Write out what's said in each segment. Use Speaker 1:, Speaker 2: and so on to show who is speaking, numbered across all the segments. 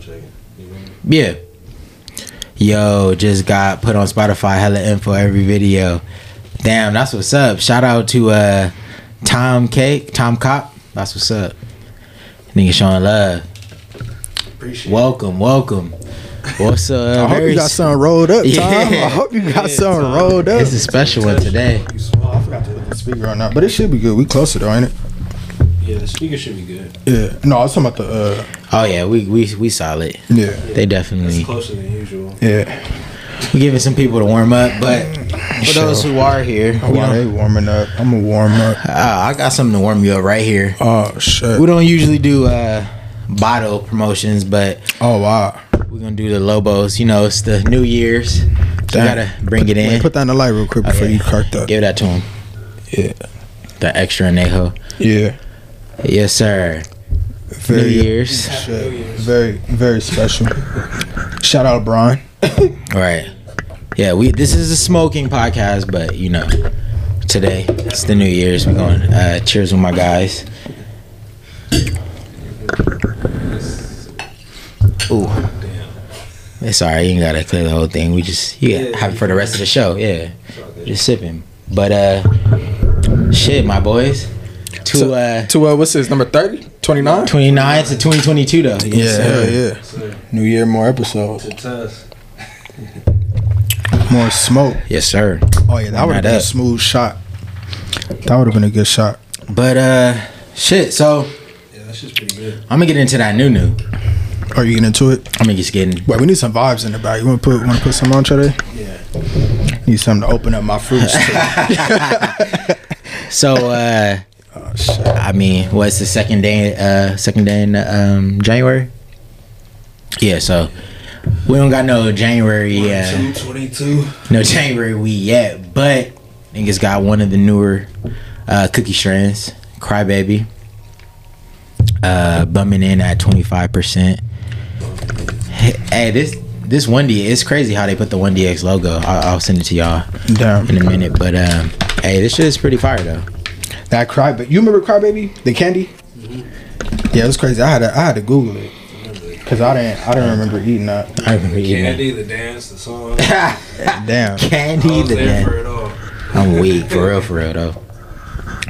Speaker 1: checking. You remember?
Speaker 2: Yeah. Yo, just got put on Spotify hella info every video. Damn, that's what's up. Shout out to uh Tom Cake, Tom Cop. That's what's up. Nigga showing love.
Speaker 1: Appreciate
Speaker 2: Welcome, welcome. What's
Speaker 3: I
Speaker 2: up?
Speaker 3: hope you got something rolled up, Tom.
Speaker 2: Yeah.
Speaker 3: I hope you got
Speaker 1: Yeah,
Speaker 3: something
Speaker 1: Tom.
Speaker 3: rolled up.
Speaker 2: It's a special one today.
Speaker 1: You small. I forgot to look at the
Speaker 3: speaker right now, but it should be good. We closer though, ain't it?
Speaker 1: Yeah, the speaker should be good.
Speaker 3: Yeah. No, I was talking about the. Uh,
Speaker 2: Oh yeah, we we we solid.
Speaker 3: yeah.
Speaker 2: They
Speaker 1: It's
Speaker 2: definitely
Speaker 1: closer than usual.
Speaker 3: Yeah.
Speaker 2: we giving some people to warm up, but for those who are here, we
Speaker 3: While they
Speaker 2: don't-
Speaker 3: warming up, I'm gonna warm up.
Speaker 2: Ah, I got something to warm you up right here.
Speaker 3: Oh shit.
Speaker 2: We don't usually do uh bottle promotions, but
Speaker 3: Oh wow.
Speaker 2: We're gonna do the Lobos. You know, it's the New Year's. So you
Speaker 3: Damn.
Speaker 2: gotta bring
Speaker 3: Put-
Speaker 2: it in.
Speaker 3: wait, Put that in the light real quick before
Speaker 2: Okay.
Speaker 3: you cracked up.
Speaker 2: Give that to him.
Speaker 3: Yeah.
Speaker 2: The extra anejo.
Speaker 3: Yeah.
Speaker 2: Yes, sir. New
Speaker 3: Very.
Speaker 2: Year's.
Speaker 3: Shit. Very very special. Shout out Brian.
Speaker 2: All right. Yeah, we. This is a smoking podcast, but you know, today it's the New Year's. We're going. Uh, cheers with my guys. Ooh. It's alright. You ain't gotta clear the whole thing. We just you yeah,
Speaker 1: Yeah,
Speaker 2: have it
Speaker 1: you
Speaker 2: for the
Speaker 1: can-
Speaker 2: rest of the show. Yeah.
Speaker 1: It's all good.
Speaker 2: just sipping. But uh, shit, my boys, to
Speaker 3: So-
Speaker 2: uh,
Speaker 3: To uh, what's this number 30? 29?
Speaker 2: 29 to 2022 though. Yes,
Speaker 3: Yeah.
Speaker 2: sir.
Speaker 3: Hell yeah.
Speaker 1: So,
Speaker 3: New year, more episodes,
Speaker 1: it's us.
Speaker 3: more smoke.
Speaker 2: yes, sir.
Speaker 3: Oh yeah, that would
Speaker 2: Right
Speaker 3: have been a
Speaker 2: up.
Speaker 3: smooth shot. That would have been a good shot.
Speaker 2: But uh, shit. So
Speaker 1: Yeah, that's just pretty good.
Speaker 2: I'm gonna get into that new new.
Speaker 3: Are you getting into it?
Speaker 2: I'm gonna just getting.
Speaker 3: Wait, we need some vibes in the back. You want to put want to put some on today?
Speaker 1: Yeah.
Speaker 3: Need something to open up my fruits.
Speaker 2: So uh,
Speaker 3: oh shit.
Speaker 2: I mean, what's the second day? Uh, second day in um January. Yeah. So we don't got no January. Uh,
Speaker 1: One, two, 22.
Speaker 2: no January weed yet, but niggas got one of the newer uh, cookie strands, Crybaby, uh, bumming in at twenty five percent. Hey, this this one D, it's crazy how they put the one DX logo. I'll, I'll send it to y'all
Speaker 3: Damn.
Speaker 2: in a minute, but um, hey, this shit is pretty fire though.
Speaker 3: That cry, but you remember Crybaby, the candy? Yeah, it was crazy. I had to I had to Google it because I didn't I didn't remember eating that.
Speaker 2: I remember eating
Speaker 1: Candy, the dance, the song.
Speaker 2: that.
Speaker 3: Damn.
Speaker 2: Candy
Speaker 1: I was
Speaker 2: the
Speaker 1: there
Speaker 2: damn-
Speaker 1: for it all.
Speaker 2: I'm weak for real, for real though.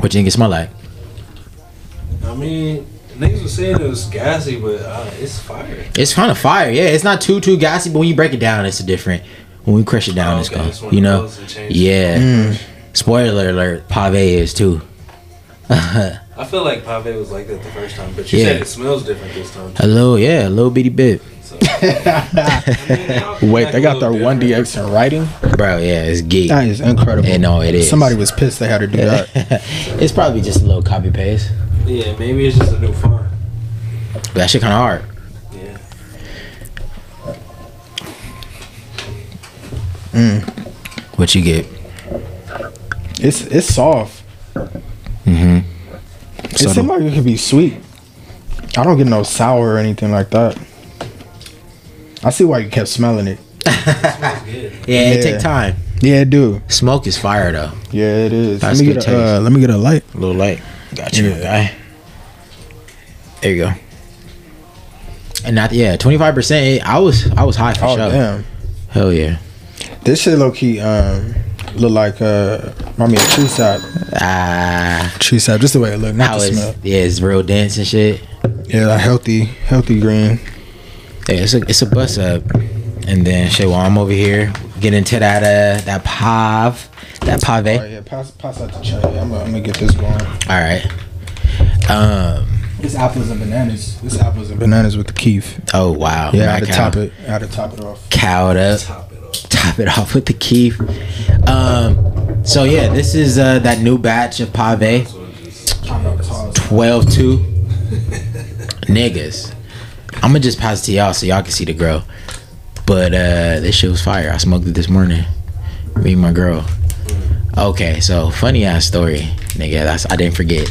Speaker 2: What you think it smell like?
Speaker 1: I mean, niggas were saying it was gassy, but uh, it's fire.
Speaker 2: It's kind of fire, yeah. It's not too too gassy, but when you break it down, it's a different. When we crush it down,
Speaker 1: Oh,
Speaker 2: it's
Speaker 1: okay,
Speaker 2: gone.
Speaker 1: it's one
Speaker 2: You
Speaker 1: of
Speaker 2: know,
Speaker 1: those that changes.
Speaker 2: yeah. Spoiler alert: Pave is too. a
Speaker 1: I feel like Pave was like that the first time, but you
Speaker 2: Yeah.
Speaker 1: said it smells different this time.
Speaker 2: little, yeah, a little bitty bit,
Speaker 1: So. I mean,
Speaker 3: Wait, they got their
Speaker 1: a little
Speaker 3: one
Speaker 1: different.
Speaker 3: DX in writing.
Speaker 2: bro. Yeah, it's geek.
Speaker 3: That is incredible.
Speaker 2: And no, it is.
Speaker 3: Somebody was pissed they had to do that.
Speaker 2: it's probably just a little copy paste.
Speaker 1: Yeah, maybe it's just a new font.
Speaker 2: But that shit kind of hard.
Speaker 1: Yeah.
Speaker 2: What you get?
Speaker 3: It's it's soft.
Speaker 2: Mm-hmm.
Speaker 3: it seemed like it could be sweet. I don't get no sour or anything like that. I see why you kept smelling it.
Speaker 1: That's good.
Speaker 2: yeah, it
Speaker 3: Yeah.
Speaker 2: take time.
Speaker 3: Yeah, it do.
Speaker 2: Smoke is fire though.
Speaker 3: Yeah, it is.
Speaker 2: That's
Speaker 3: let me
Speaker 2: good
Speaker 3: get a, uh, let me get a light.
Speaker 2: A little light. Got you,
Speaker 3: Yeah.
Speaker 2: guy. There you go. And not yeah, twenty five percent. I was I was high for
Speaker 3: Oh
Speaker 2: sure.
Speaker 3: damn,
Speaker 2: Hell yeah.
Speaker 3: this shit low key um look like uh I mean tree sap,
Speaker 2: Ah,
Speaker 3: tree sap. Just the way it look, not
Speaker 2: how
Speaker 3: the
Speaker 2: is
Speaker 3: smell.
Speaker 2: yeah, it's real dance and shit.
Speaker 3: Yeah, that healthy, healthy green.
Speaker 2: Yeah, it's a it's a bus up, and then shit. While I'm over here, get into that uh that pav, that pave.
Speaker 3: Oh yeah, pass pass out the tray. I'm gonna, I'm gonna get this going.
Speaker 2: All right. Um.
Speaker 3: It's apples and bananas. This apples and bananas with the keef.
Speaker 2: Oh wow.
Speaker 3: Yeah,
Speaker 2: Not
Speaker 3: I had to
Speaker 2: cow-
Speaker 3: top it. I had to top it off.
Speaker 2: Cowed up.
Speaker 1: Top it off.
Speaker 2: top it off with the keef. Um, so yeah, this is uh, that new batch of pave.
Speaker 1: So it just,
Speaker 3: I know it's hard.
Speaker 2: 12 2 niggas. I'm gonna just pass it to y'all so y'all can see the grow. But uh, this shit was fire. I smoked it this morning. Me and my girl. Okay, so funny ass story, nigga. That's I didn't forget.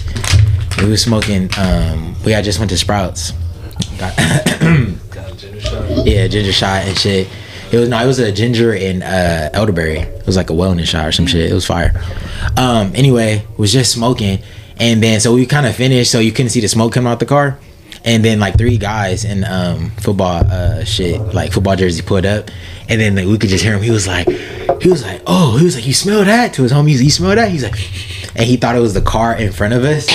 Speaker 2: We was smoking. Um, we I just went to Sprouts. Got-
Speaker 1: got a ginger shot.
Speaker 2: Yeah, ginger shot and shit. It was no, it was a ginger and uh, elderberry. It was like a wellness shot or some shit. It was fire. Um, anyway, was just smoking, and then so we kind of finished, so you couldn't see the smoke come out the car, and then like three guys in um football uh shit like football jersey pulled up, and then like, we could just hear him. He was like, he was like, oh, he was like, you smell that to his homies? You smell that? He's like, and he thought it was the car in front of us.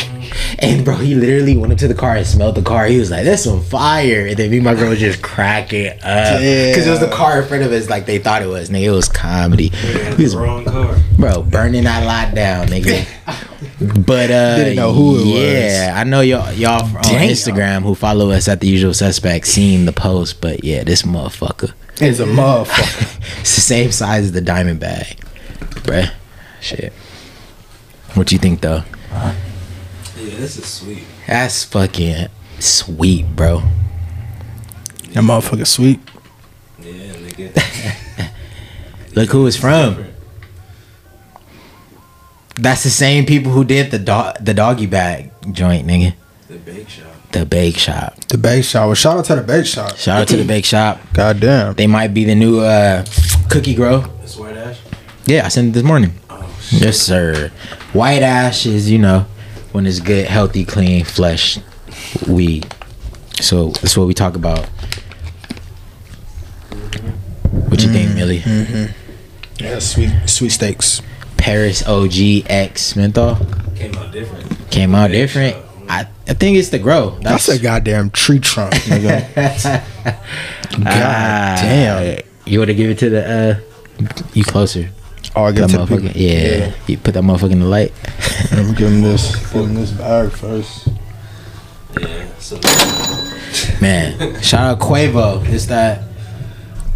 Speaker 2: And bro, he literally went up to the car and smelled the car. He was like, "That's some fire!" And then me and my girl was just cracking up because it was the car in front of us, like they thought it was. Nigga, it was comedy.
Speaker 1: Had the
Speaker 2: We was
Speaker 1: wrong car.
Speaker 2: bro burning that lot down nigga but uh
Speaker 3: Didn't know who it was.
Speaker 2: yeah i know y'all y'all on
Speaker 3: Damn.
Speaker 2: instagram who follow us at the usual suspect seen the post but yeah this motherfucker
Speaker 3: It's a motherfucker.
Speaker 2: it's the same size as the diamond bag bruh shit what you think though
Speaker 1: Yeah, this is sweet.
Speaker 2: that's fucking sweet bro
Speaker 3: That motherfucker sweet.
Speaker 1: Yeah, nigga.
Speaker 2: look who it's from that's the same people who did the dog the doggy bag joint nigga
Speaker 1: The bake shop.
Speaker 2: the bake shop
Speaker 3: The bake shop. Well, shout out to the bake shop.
Speaker 2: shout out to the bake shop
Speaker 3: Goddamn.
Speaker 2: They might be the new uh, Cookie Grow.
Speaker 1: It's white ash.
Speaker 2: Yeah, I sent it this morning.
Speaker 1: Oh shit.
Speaker 2: Yes, sir. White ash is, you know, when it's good, healthy, clean flesh weed. So that's what we talk about. What you think, Millie?
Speaker 3: Yeah, sweet sweet steaks.
Speaker 2: Paris OG X menthol
Speaker 1: Came out different.
Speaker 2: came out
Speaker 1: Bake
Speaker 2: different.
Speaker 1: shop.
Speaker 2: I, I think it's the grow.
Speaker 3: That's, a goddamn tree trunk, nigga. God
Speaker 2: Ah.
Speaker 3: damn.
Speaker 2: You want to give it to the uh, you closer.
Speaker 3: Oh, I
Speaker 2: That
Speaker 3: get to the
Speaker 2: motherfucker.
Speaker 3: people.
Speaker 2: Yeah. you put that motherfucker in the light.
Speaker 3: Let me give him this. Give him this bag first.
Speaker 1: Yeah. So
Speaker 2: Man, shout out Quavo. It's that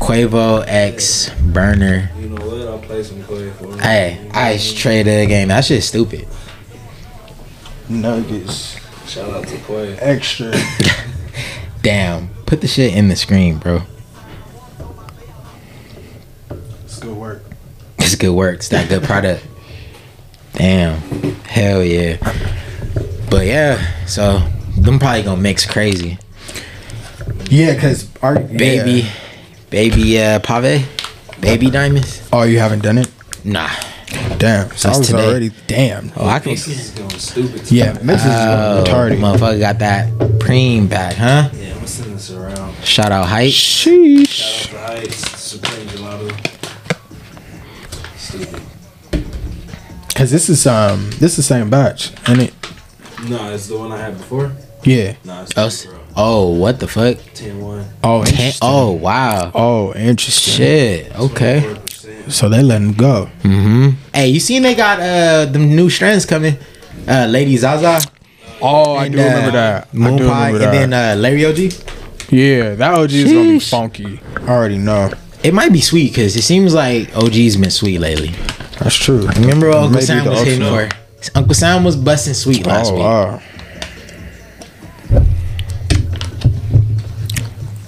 Speaker 2: Quavo X burner.
Speaker 1: you know what? I'll play some Koi for you.
Speaker 2: Hey, ice trader game. That shit's stupid.
Speaker 3: Nuggets.
Speaker 1: Shout out to Koi.
Speaker 3: Extra.
Speaker 2: Damn. Put the shit in the screen, bro.
Speaker 3: It's good work.
Speaker 2: It's good work. It's that good product. Damn. Hell yeah. But yeah, so them probably gonna mix crazy.
Speaker 3: Yeah, cause our yeah.
Speaker 2: Baby, baby, uh, Pave, baby diamonds.
Speaker 3: Oh, you haven't done it?
Speaker 2: Nah.
Speaker 3: Damn. So I
Speaker 2: That's
Speaker 3: was
Speaker 2: today.
Speaker 3: already damn.
Speaker 2: Oh, I can.
Speaker 1: This is going stupid. Today.
Speaker 3: Yeah, Mix is
Speaker 2: Oh,
Speaker 3: retarded.
Speaker 2: motherfucker got that preem back, huh?
Speaker 1: Yeah, I'm sending this around.
Speaker 2: Shout out hype.
Speaker 3: Sheesh.
Speaker 1: Shout out to Heights, Supreme Gelato. Stupid.
Speaker 3: Cause this is um this is the same batch, ain't it?
Speaker 1: No, it's the one I had before.
Speaker 3: Yeah.
Speaker 1: No, it's
Speaker 2: Oh,
Speaker 1: the
Speaker 2: s-
Speaker 1: bro.
Speaker 2: oh, what the fuck?
Speaker 1: 10 1.
Speaker 3: Oh,
Speaker 2: Ten,
Speaker 3: interesting.
Speaker 2: oh, wow.
Speaker 3: Oh, interesting.
Speaker 2: Shit. Okay.
Speaker 1: 24%.
Speaker 3: So they letting go.
Speaker 2: Mm-hmm. Hey, you seen they got uh the new strands coming? Uh, Lady Zaza.
Speaker 3: Oh, I
Speaker 2: and,
Speaker 3: do remember
Speaker 2: uh,
Speaker 3: that. I
Speaker 2: Moon
Speaker 3: do
Speaker 2: Pie,
Speaker 3: remember that.
Speaker 2: and then uh, Larry OG.
Speaker 3: yeah, that OG is gonna be
Speaker 2: Sheesh.
Speaker 3: funky. I already know.
Speaker 2: It might be sweet because it seems like OG's been sweet lately.
Speaker 3: That's true.
Speaker 2: Remember what Uncle
Speaker 3: Maybe
Speaker 2: Sam
Speaker 3: the
Speaker 2: was hitting for?
Speaker 3: ultimate-
Speaker 2: Uncle Sam was busting sweet last
Speaker 3: Oh
Speaker 2: week.
Speaker 3: wow.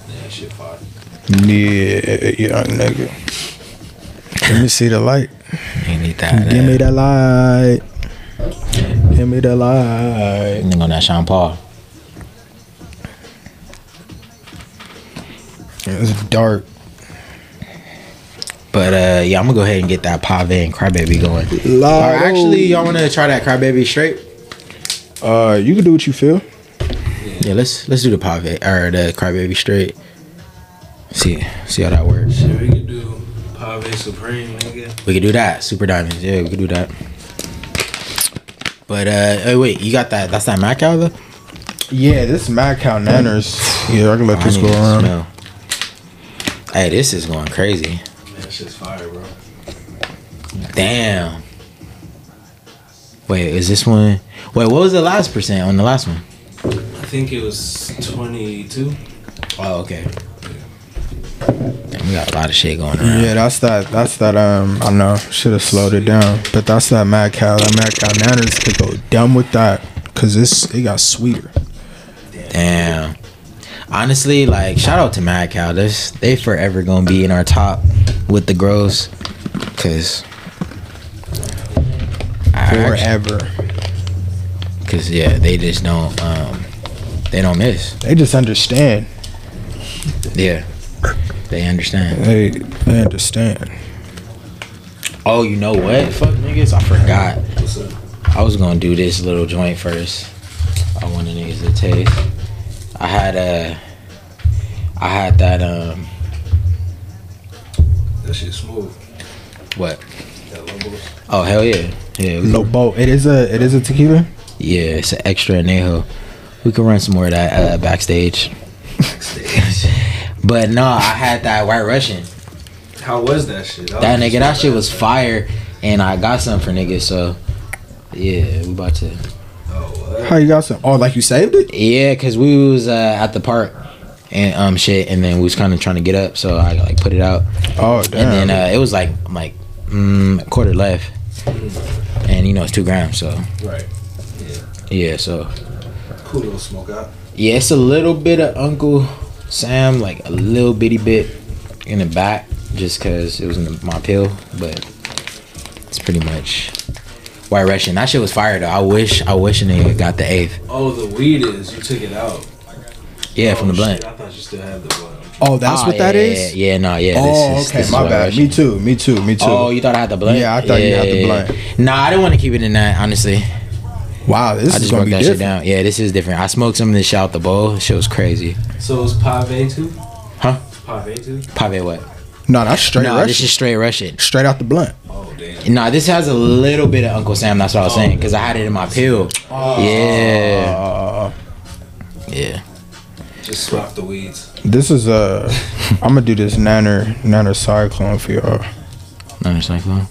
Speaker 1: Yeah, shit fire.
Speaker 3: Yeah, young nigga. Let me see the light.
Speaker 2: Ain't need that. uh,
Speaker 3: Give me
Speaker 2: that.
Speaker 3: the light. Give me the light.
Speaker 2: Nigga on that Sean Paul.
Speaker 3: It's dark.
Speaker 2: But uh, yeah, I'm gonna go ahead and get that Pave and Crybaby going. Or
Speaker 3: Light.
Speaker 2: actually, y'all wanna try that Crybaby straight?
Speaker 3: uh, you can do what you feel.
Speaker 2: Yeah, let's let's do the pave or the crybaby straight. See see how that works.
Speaker 1: Shit, we could do Pave Supreme, nigga.
Speaker 2: We could do that. Super diamonds. Yeah, we could do that. But uh, oh wait, you got that? That's that Mac out though.
Speaker 3: Yeah, this Mad Cow Nanners. Yeah, I can let this
Speaker 2: I
Speaker 3: go
Speaker 2: need to
Speaker 3: around.
Speaker 2: smell. Hey, this is going crazy.
Speaker 1: Man, that shit's fire, bro.
Speaker 2: Damn. Wait, is this one? Wait, what was the last percent on the last one?
Speaker 1: I think it was 22.
Speaker 2: Oh, okay. Damn, we got a lot of shit going around.
Speaker 3: Yeah, that's that. That's that. Um, I know. Should have slowed it down, but that's that Mad Cow. That Mad Cow Nanners could go dumb with that, cause it's it got sweeter.
Speaker 2: Damn. Honestly, like shout out to Mad Cow. This they forever gonna be in our top with the grows, cause I
Speaker 3: Forever.
Speaker 2: actu- cause yeah, they just don't um they don't miss.
Speaker 3: They just understand.
Speaker 2: Yeah, they understand.
Speaker 3: They they understand.
Speaker 2: Oh, you know what? Fuck niggas, I forgot.
Speaker 1: What's up?
Speaker 2: I was gonna do this little joint first. I wanted niggas to taste. I had uh, I had that um,
Speaker 1: That shit smooth.
Speaker 2: what?
Speaker 1: That Lobos.
Speaker 2: Oh hell yeah, yeah, we-
Speaker 3: Lobo. It is a it is a tequila.
Speaker 2: yeah. It's an extra anejo. We can run some more of that uh, backstage. but no, I had that White Russian.
Speaker 1: How was that shit?
Speaker 2: That nigga, that shit was fire, and I got some for niggas. So yeah, we about to.
Speaker 1: Oh,
Speaker 3: How you got some? Oh, like you saved it?
Speaker 2: Yeah, cause we was uh, at the park and um shit, and then we was kind of trying to get up, so I like put it out,
Speaker 3: Oh damn.
Speaker 2: and then uh, it was like I'm like mm, quarter left, and you know it's two grams, so
Speaker 1: what? right.
Speaker 2: yeah, so
Speaker 1: Cool little smoke out.
Speaker 2: yeah, it's a little bit of Uncle Sam, like a little bitty bit in the back, just cause it was in my pill, but it's pretty much White Russian. That shit was fire though. I wish, I wish a nigga got the eighth.
Speaker 1: Oh, the weed is. You took it out.
Speaker 2: Yeah,
Speaker 1: Oh,
Speaker 2: from the blunt.
Speaker 1: Shit, I thought you still had the blunt.
Speaker 3: oh, that's
Speaker 2: Ah,
Speaker 3: what that
Speaker 2: yeah,
Speaker 3: is.
Speaker 2: Yeah, yeah, no, yeah.
Speaker 3: Oh,
Speaker 2: this is,
Speaker 3: okay.
Speaker 2: this is
Speaker 3: My
Speaker 2: White
Speaker 3: bad.
Speaker 2: Russian.
Speaker 3: Me too. Me too. Me too.
Speaker 2: Oh, you thought I had the blunt?
Speaker 3: Yeah, I thought you had the
Speaker 2: yeah,
Speaker 3: blunt.
Speaker 2: yeah. Nah, I didn't want to keep it in that, honestly.
Speaker 3: wow, this
Speaker 2: I
Speaker 3: is
Speaker 2: just
Speaker 3: gonna
Speaker 2: broke
Speaker 3: be
Speaker 2: that shit
Speaker 3: different.
Speaker 2: down. Yeah, this is different. I smoked some of this shit out the bowl. Shit was crazy.
Speaker 1: So it's pave too.
Speaker 2: Huh?
Speaker 1: Pave too.
Speaker 2: Pave what?
Speaker 3: No, that's straight
Speaker 2: nah, this
Speaker 3: Russian.
Speaker 2: is straight Russian.
Speaker 3: straight out the blunt.
Speaker 1: Oh damn.
Speaker 2: Nah, this has a little bit of Uncle Sam. That's what I was saying, because I had it in my pill. Yeah.
Speaker 3: Uh,
Speaker 2: Yeah.
Speaker 1: Just swap the weeds.
Speaker 3: this is uh, I'm gonna do this nanner nanner cyclone for y'all.
Speaker 2: Not just like that.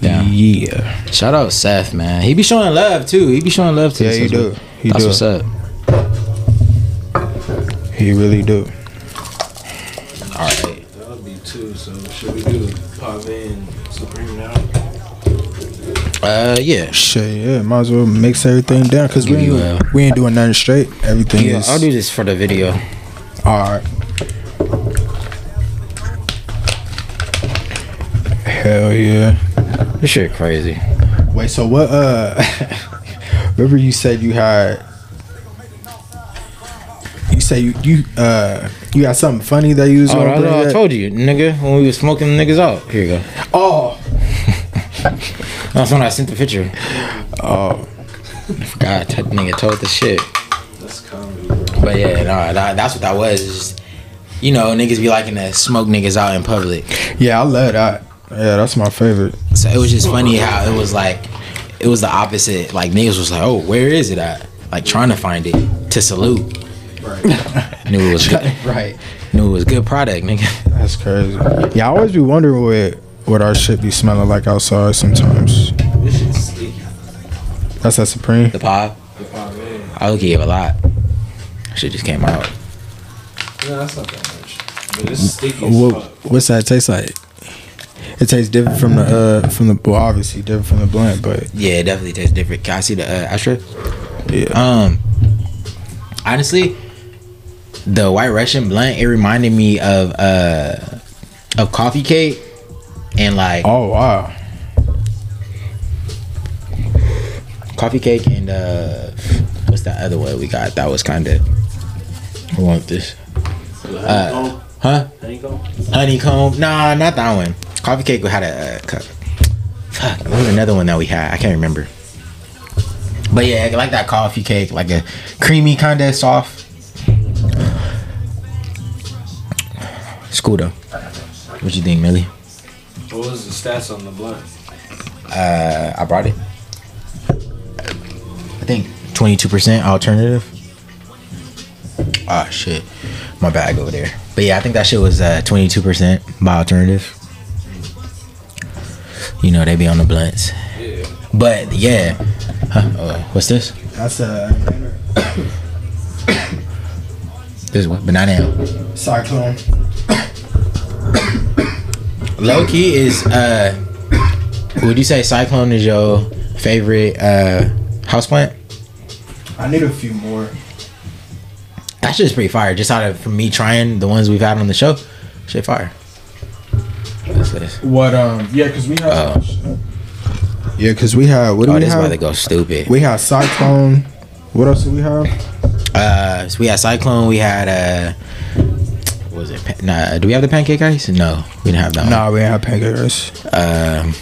Speaker 2: Yeah.
Speaker 3: Yeah.
Speaker 2: Shout out Seth, man. He be showing love, too. He be showing love to
Speaker 3: Yeah,
Speaker 2: us.
Speaker 3: you
Speaker 2: That's
Speaker 3: do.
Speaker 2: what-
Speaker 3: You
Speaker 2: That's
Speaker 3: do.
Speaker 2: what's up.
Speaker 3: He really do.
Speaker 2: All right.
Speaker 1: That'll be two. So should we do pave and supreme now?
Speaker 2: Uh, yeah.
Speaker 3: Shit, yeah. Might as well mix everything down because we
Speaker 2: Give
Speaker 3: ain't,
Speaker 2: you a-
Speaker 3: we ain't doing nothing straight. Everything
Speaker 2: Yeah,
Speaker 3: is
Speaker 2: I'll do this for the video.
Speaker 3: all right. Hell yeah.
Speaker 2: This shit crazy.
Speaker 3: Wait, so what? Uh, remember you said you had. You say you you uh you got something funny that you was
Speaker 2: Oh,
Speaker 3: gonna
Speaker 2: that's
Speaker 3: bring
Speaker 2: what I
Speaker 3: up?
Speaker 2: told you, nigga, when we was smoking niggas out. Here you go.
Speaker 3: Oh,
Speaker 2: That's when I sent the picture.
Speaker 3: oh,
Speaker 2: I forgot that nigga told the shit.
Speaker 1: That's comedy, bro.
Speaker 2: But yeah, nah, that, that's what that was. It's just, you know, niggas be liking to smoke niggas out in public.
Speaker 3: yeah, I love that. Yeah, that's my favorite.
Speaker 2: So it was just funny how it was like, it was the opposite. Like niggas was like, oh, where is it at? Like trying to find it to salute.
Speaker 1: Right.
Speaker 2: Knew it was good.
Speaker 3: Right,
Speaker 2: Knew it was good product, nigga.
Speaker 3: that's crazy. Yeah, I always be wondering what what our shit be smelling like outside sometimes.
Speaker 1: this shit's sticky.
Speaker 3: That's that supreme.
Speaker 2: The pod.
Speaker 1: The pave.
Speaker 2: I look at it a lot. Shit just came out.
Speaker 1: No, that's not that much. But it's sticky as
Speaker 3: What
Speaker 1: fuck.
Speaker 3: what's that taste like? It tastes different from the uh from the well obviously different from the blunt, but
Speaker 2: Yeah, it definitely tastes different. Can I see the uh, extra?
Speaker 3: yeah.
Speaker 2: Um, honestly, the White Russian blunt it reminded me of uh of coffee cake and like
Speaker 3: Oh wow.
Speaker 2: coffee cake and uh what's that other one we got that was kind of I want this Uh,
Speaker 1: The honeycomb.
Speaker 2: huh
Speaker 1: honeycomb.
Speaker 2: honeycomb nah not that one coffee cake we had a uh, cu- fuck what was another one that we had I can't remember but yeah I like that coffee cake like a creamy kind of soft scooter what you think Millie
Speaker 1: What was the stats on the blunt?
Speaker 2: uh, I brought it. I think 22% alternative. Ah, shit. My bag over there. But yeah, I think that shit was uh, 22% by alternative. You know, they be on the blunts.
Speaker 1: Yeah.
Speaker 2: But yeah. Huh? Uh, what's this?
Speaker 3: That's a
Speaker 2: This one. Banana ale.
Speaker 3: cyclone.
Speaker 2: Low key is, uh, would you say Cyclone is your favorite uh, houseplant?
Speaker 3: I need a few more.
Speaker 2: That shit's pretty fire. Just out of from me trying the ones we've had on the show, shit fire. What's this?
Speaker 3: What? Um. Yeah, cause we had.
Speaker 2: Oh.
Speaker 3: Yeah, cause we had. What do
Speaker 2: Oh,
Speaker 3: we
Speaker 2: this is about to
Speaker 3: have?
Speaker 2: go stupid.
Speaker 3: We had cyclone. What else do we have?
Speaker 2: Uh, so we had Cyclone. We had uh, what was it? Pa- Nah, do we have the pancake ice? No, we didn't have that.
Speaker 3: Nah, we ain't have pancakes.
Speaker 2: One. Um,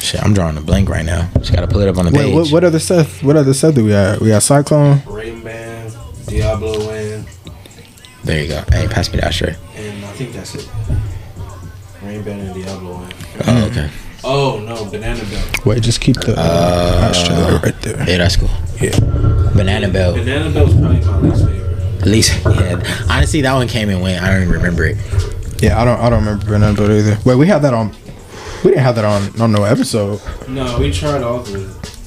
Speaker 2: Shit, I'm drawing a blank right now. Just gotta pull it up on the
Speaker 3: Wait,
Speaker 2: page.
Speaker 3: what, what other stuff? What other stuff do we got? We got Cyclone.
Speaker 1: Rain Band, Diablo Land,
Speaker 2: There you go. Hey, pass me that shirt.
Speaker 1: and I think that's it. Rain Band and Diablo Land.
Speaker 3: Mm.
Speaker 2: Oh, okay.
Speaker 1: Oh no, Banana Belt.
Speaker 3: Wait, just keep the uh, ashtray right there.
Speaker 2: Yeah, that's cool.
Speaker 3: Yeah.
Speaker 2: Banana Bell.
Speaker 1: Banana Belt's probably my least favorite.
Speaker 2: At least, yeah. Honestly, that one came and went. I don't even remember it.
Speaker 3: Yeah, I don't. I don't remember Banana Boat either. Wait, we had that on. We didn't have that on on no episode.
Speaker 1: No, we tried all the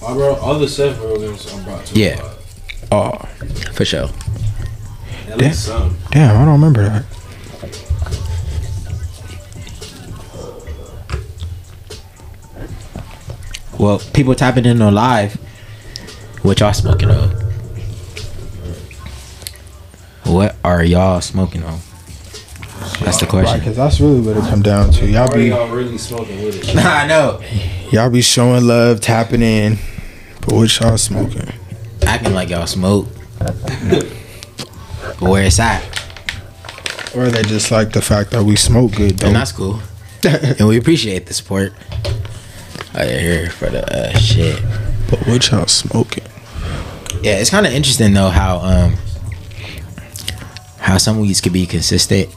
Speaker 1: I brought all the Seth Rogans I brought to
Speaker 2: Yeah.
Speaker 1: the pod.
Speaker 3: Oh,
Speaker 2: For sure.
Speaker 1: At least some.
Speaker 3: damn! I don't remember that.
Speaker 2: Well, people tapping in on live. What y'all smoking on? What are y'all smoking on? That's the
Speaker 3: Right,
Speaker 2: question.
Speaker 3: cause that's really what it come down to. Y'all
Speaker 1: Are
Speaker 3: be
Speaker 1: y'all really smoking with it?
Speaker 2: I know.
Speaker 3: y'all be showing love, tapping in, but what y'all smoking?
Speaker 2: Acting like y'all smoke. Where it's at.
Speaker 3: Or they just like the fact that we smoke good. Though.
Speaker 2: And that's cool. And we appreciate the support. Out here for the uh, shit.
Speaker 3: but what y'all smoking?
Speaker 2: Yeah, it's kind of interesting though how um how some weeds could be consistent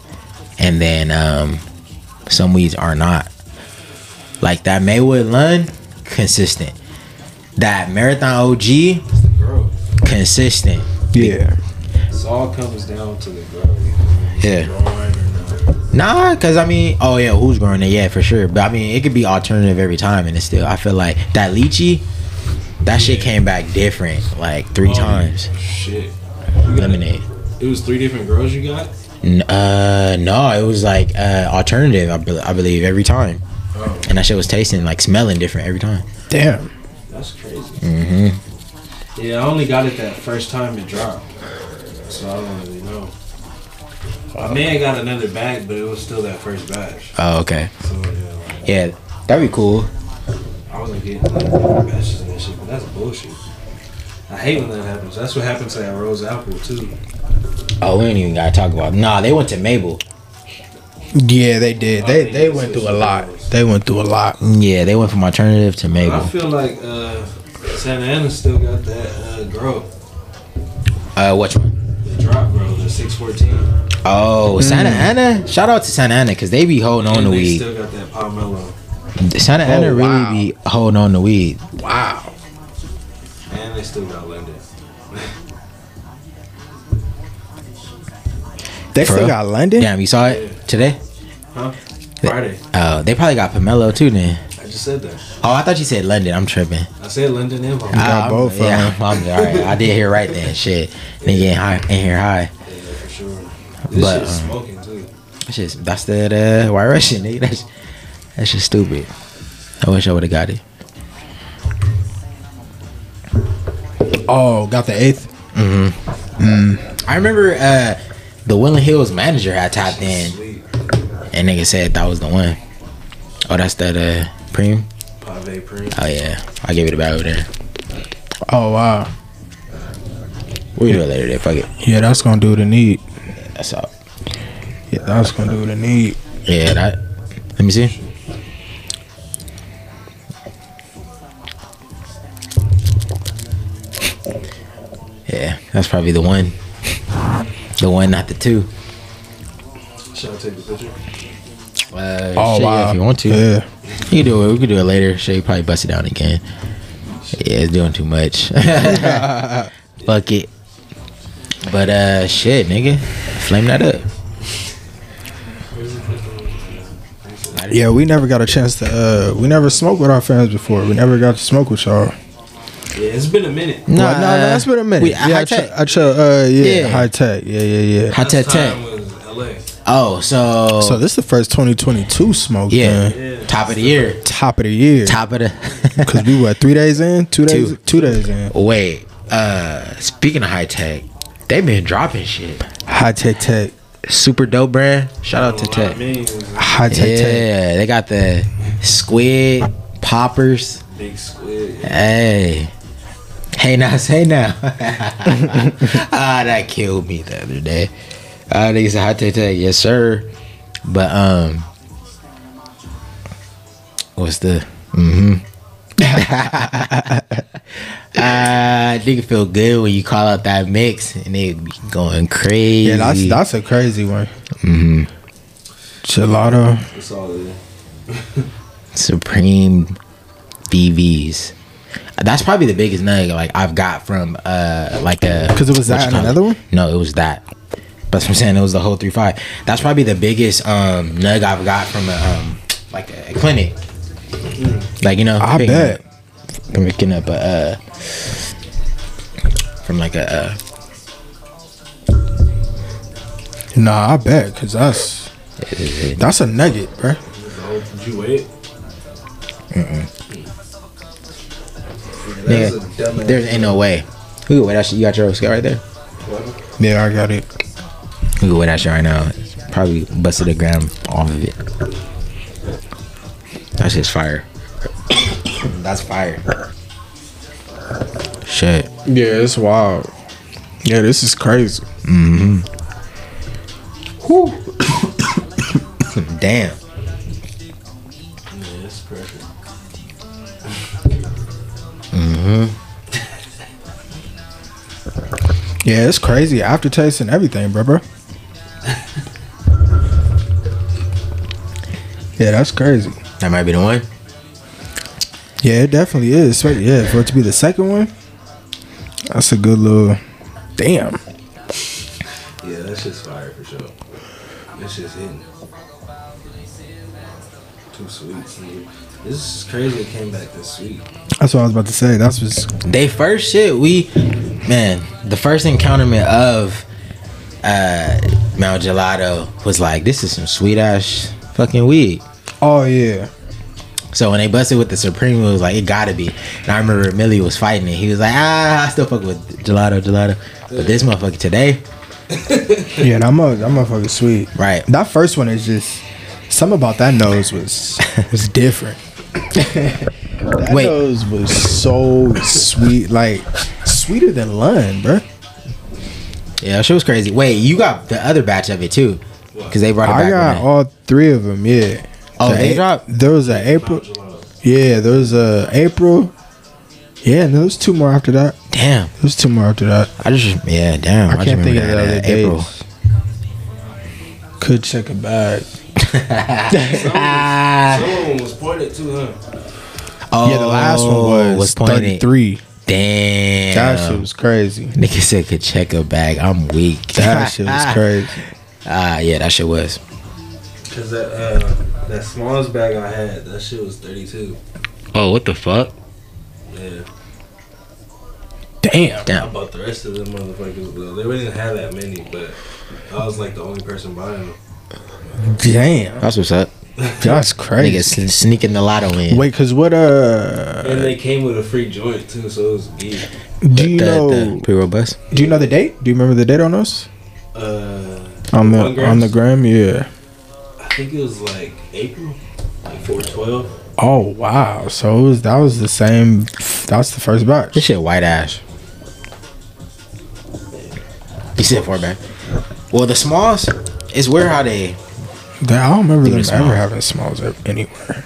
Speaker 2: and then um some weeds are not. Like that Maywood Lund, consistent. That Marathon OG,
Speaker 1: It's the growth.
Speaker 2: consistent.
Speaker 3: Yeah,
Speaker 1: It all comes down to the growth. you know?
Speaker 2: Yeah.
Speaker 1: Growing or not.
Speaker 2: Nah, cause I mean, oh yeah, who's growing it? Yeah, for sure. But I mean, it could be alternative every time, and it's still. I feel like that lychee, that shit came back different, like three
Speaker 1: Oh,
Speaker 2: times.
Speaker 1: Shit. You got-
Speaker 2: Lemonade.
Speaker 1: It was three different girls you got?
Speaker 2: N- uh, no, it was like uh alternative. I, bel I believe every time.
Speaker 1: Oh,
Speaker 2: and that shit was tasting like smelling different every time.
Speaker 3: damn.
Speaker 1: that's crazy.
Speaker 2: Mm-hmm.
Speaker 1: Yeah, I only got it that first time it dropped, so I don't really know. I may have got another bag, but it was still that first batch.
Speaker 2: Oh, okay.
Speaker 1: So yeah, like,
Speaker 2: Yeah, that'd be cool.
Speaker 1: I wasn't getting like different batches and that shit, but that's bullshit. I hate when that happens. That's what happened to that rose apple too.
Speaker 2: Oh, we ain't even gotta talk about. Nah, they went to Mabel.
Speaker 3: Yeah, they did. They they went through a lot. They went through a lot.
Speaker 2: Yeah, they went from alternative to
Speaker 1: I
Speaker 2: Mabel.
Speaker 1: feel like uh, Santa Ana still got that uh, grow,
Speaker 2: Uh, which one?
Speaker 1: the drop grow, the six fourteen.
Speaker 2: Oh, Santa Ana. Shout out to Santa Ana because they be holding on
Speaker 1: And
Speaker 2: the
Speaker 1: they
Speaker 2: weed.
Speaker 1: still got that pomelo,
Speaker 2: Santa Ana
Speaker 3: Oh,
Speaker 2: really
Speaker 3: wow.
Speaker 2: be holding on the weed.
Speaker 3: Wow.
Speaker 1: and they still got London.
Speaker 3: They
Speaker 2: For
Speaker 3: still
Speaker 2: real?
Speaker 3: got London.
Speaker 2: Damn, you saw it today?
Speaker 1: Friday,
Speaker 2: Oh, they probably got Pomelo too then.
Speaker 1: I just said that.
Speaker 2: Oh, I thought you said London. I'm tripping.
Speaker 1: I said London and pomelo.
Speaker 3: got
Speaker 2: I'm-
Speaker 3: both of
Speaker 2: Yeah, I'm, all right. I did hear right then. Shit, nigga ain't high, ain't here high.
Speaker 1: Yeah, for sure. This
Speaker 2: But,
Speaker 1: shit's
Speaker 2: um,
Speaker 1: smoking too.
Speaker 2: That's just that's that uh, white Russian nigga. That's that's just stupid. I wish I would have got it.
Speaker 3: Oh, got the eighth.
Speaker 2: I remember uh the Willing Hills manager had tapped in
Speaker 1: Sweet.
Speaker 2: and nigga said that was the one. Oh, that's that uh preem.
Speaker 1: Pave Prim.
Speaker 2: Oh yeah, I gave it a back over there.
Speaker 3: Oh wow.
Speaker 2: We'll do it later. There, fuck it.
Speaker 3: Yeah, that's gonna do the need.
Speaker 2: That's all.
Speaker 3: Yeah, that's gonna do the need.
Speaker 2: Yeah, that. Let me see. Yeah, that's probably the one. The one, not the two.
Speaker 1: Should I take the picture?
Speaker 2: Uh,
Speaker 3: Oh
Speaker 2: shit, yeah,
Speaker 3: wow.
Speaker 2: if you want to,
Speaker 3: Yeah.
Speaker 2: you can do it. We can do it later. Shit, you probably bust it down again. Yeah, it's doing too much. Fuck it. But uh, shit, nigga, flame that up.
Speaker 1: Where's the picture?
Speaker 3: Yeah, we never got a chance to. uh We never smoked with our fans before. We never got to smoke with y'all.
Speaker 1: Yeah, it's been a minute.
Speaker 2: Nah,
Speaker 3: Well, no, no, that's been a minute.
Speaker 2: We,
Speaker 3: yeah,
Speaker 2: high
Speaker 3: I try-
Speaker 2: tech.
Speaker 3: I try- uh, yeah,
Speaker 2: Yeah.
Speaker 3: high tech. Yeah, yeah, yeah.
Speaker 2: High tech
Speaker 1: Last
Speaker 2: tech.
Speaker 1: time was LA.
Speaker 2: Oh, so,
Speaker 3: So this is the first 2022 smoke.
Speaker 2: yeah.
Speaker 3: man.
Speaker 1: Yeah.
Speaker 2: top of the year,
Speaker 3: Top of the year.
Speaker 2: top of the.
Speaker 3: Cause we what three days in, two days,
Speaker 2: Two.
Speaker 3: two, days in.
Speaker 2: Wait, uh, speaking of high tech, they've been dropping shit.
Speaker 3: High tech tech,
Speaker 2: Super dope brand. Shout out to
Speaker 1: Well, I
Speaker 2: Tech.
Speaker 1: mean,
Speaker 3: high tech tech.
Speaker 2: Yeah, they got the squid poppers.
Speaker 1: big squid. Yeah.
Speaker 2: Hey. Hey now, say now. ah, that killed me the other day. Ah, uh, they said hot take take, yes sir. But um what's the mm-hmm. Uh, nigga feel good when you call out that mix and they be going crazy.
Speaker 3: Yeah, that's that's a crazy one.
Speaker 2: Mm-hmm.
Speaker 3: Gelato.
Speaker 1: It's all there.
Speaker 2: Supreme BVs. That's probably the biggest nugget like I've got from uh like a
Speaker 3: 'Cause it was
Speaker 2: what
Speaker 3: that
Speaker 2: you
Speaker 3: and
Speaker 2: call it?
Speaker 3: another one?
Speaker 2: No, it was that. That's what I'm saying. It was the whole three five. That's probably the biggest um nug I've got from a um like a, a clinic. Like you know,
Speaker 3: I
Speaker 2: picking
Speaker 3: bet.
Speaker 2: up- from picking up a uh from like a uh,
Speaker 3: Nah, I bet, cause that's
Speaker 2: uh,
Speaker 3: that's a nugget, bruh.
Speaker 1: Oh, did you wait? Yeah, that's
Speaker 2: nigga.
Speaker 1: a dumb
Speaker 2: There's ain't no way. Who could wait that shit? You got your sky right there.
Speaker 3: Yeah, I got it.
Speaker 2: Who could wait that shit right now? Probably busted a gram off of it. That shit's fire. That's fire. Shit.
Speaker 3: Yeah, it's wild. Yeah, this is crazy.
Speaker 2: Damn.
Speaker 1: Yeah, it's crazy.
Speaker 3: Yeah, it's crazy. Aftertaste and everything, bruh, bruh. yeah, that's crazy.
Speaker 2: That might be the one.
Speaker 3: Yeah, it definitely is. So, yeah, for it to be the second one, that's a good little. Damn.
Speaker 1: Yeah, that shit's fire for sure. That shit's hitting. Too sweet. nigga. This is crazy. It came back this sweet.
Speaker 3: That's what I was about to say. That's what's.
Speaker 2: They first shit we man, the first encounterment of uh Mount Gelato was like, this is some sweet ass fucking weed.
Speaker 3: Oh yeah.
Speaker 2: So when they busted with the Supreme, it was like it gotta be. And I remember Millie was fighting it. He was like, ah, I still fuck with gelato, gelato. But this motherfucker today,
Speaker 3: Yeah, that mother, that motherfucker's sweet.
Speaker 2: right?
Speaker 3: That first one is just. Something about that nose was was different. That
Speaker 2: Wait.
Speaker 3: nose was so sweet, like sweeter than lime, bruh.
Speaker 2: Yeah, that shit was crazy. Wait, you got the other batch of it too, because they brought it back.
Speaker 3: I got
Speaker 2: when
Speaker 3: all three of them. Yeah.
Speaker 2: Oh, they
Speaker 3: A-
Speaker 2: dropped-
Speaker 3: There was an April. Yeah, there was a April. Yeah, and there was two more after that.
Speaker 2: they- damn,
Speaker 3: There was two more after that.
Speaker 2: I just yeah, damn.
Speaker 3: I,
Speaker 2: just
Speaker 3: can't think of
Speaker 2: remember
Speaker 3: the other
Speaker 2: that, uh, April.
Speaker 3: dates. Could check it back.
Speaker 2: Ah,
Speaker 1: Someone was pointed to him.
Speaker 2: oh,
Speaker 3: yeah, the last one was,
Speaker 2: pointed.
Speaker 3: 33.
Speaker 2: Damn,
Speaker 3: That shit was crazy.
Speaker 2: nigga said could check a bag. I'm weak.
Speaker 3: That shit was crazy.
Speaker 2: Ah, yeah, that shit was.
Speaker 1: Cause that uh, that smallest bag I had, that shit was thirty two.
Speaker 2: Oh, what the fuck?
Speaker 1: Yeah,
Speaker 3: Damn.
Speaker 1: I
Speaker 2: Damn.
Speaker 1: bought the rest of them motherfuckers though. They really didn't have that many, but I was like the only person buying them.
Speaker 3: Damn.
Speaker 2: That's what's up.
Speaker 3: That's
Speaker 2: Nigga
Speaker 3: crazy.
Speaker 2: sn- sneaking the lotto in.
Speaker 3: Wait, cause what uh
Speaker 1: And they came with a free joint too, so it was geek.
Speaker 3: do you
Speaker 2: the,
Speaker 3: know
Speaker 2: pre roll bus?
Speaker 3: do you know the date? Do you remember the date on us?
Speaker 1: Uh,
Speaker 3: On the
Speaker 1: One grams?
Speaker 3: on the gram, yeah.
Speaker 1: I think it was like April, like four twelve.
Speaker 3: Oh wow. So it was that was the same that's the first batch.
Speaker 2: This shit white ash. You said four back. Well, the smalls, it's weird how they.
Speaker 3: I don't remember
Speaker 2: Dude,
Speaker 3: them
Speaker 2: it's
Speaker 3: ever
Speaker 2: small.
Speaker 3: having smalls ev- anywhere.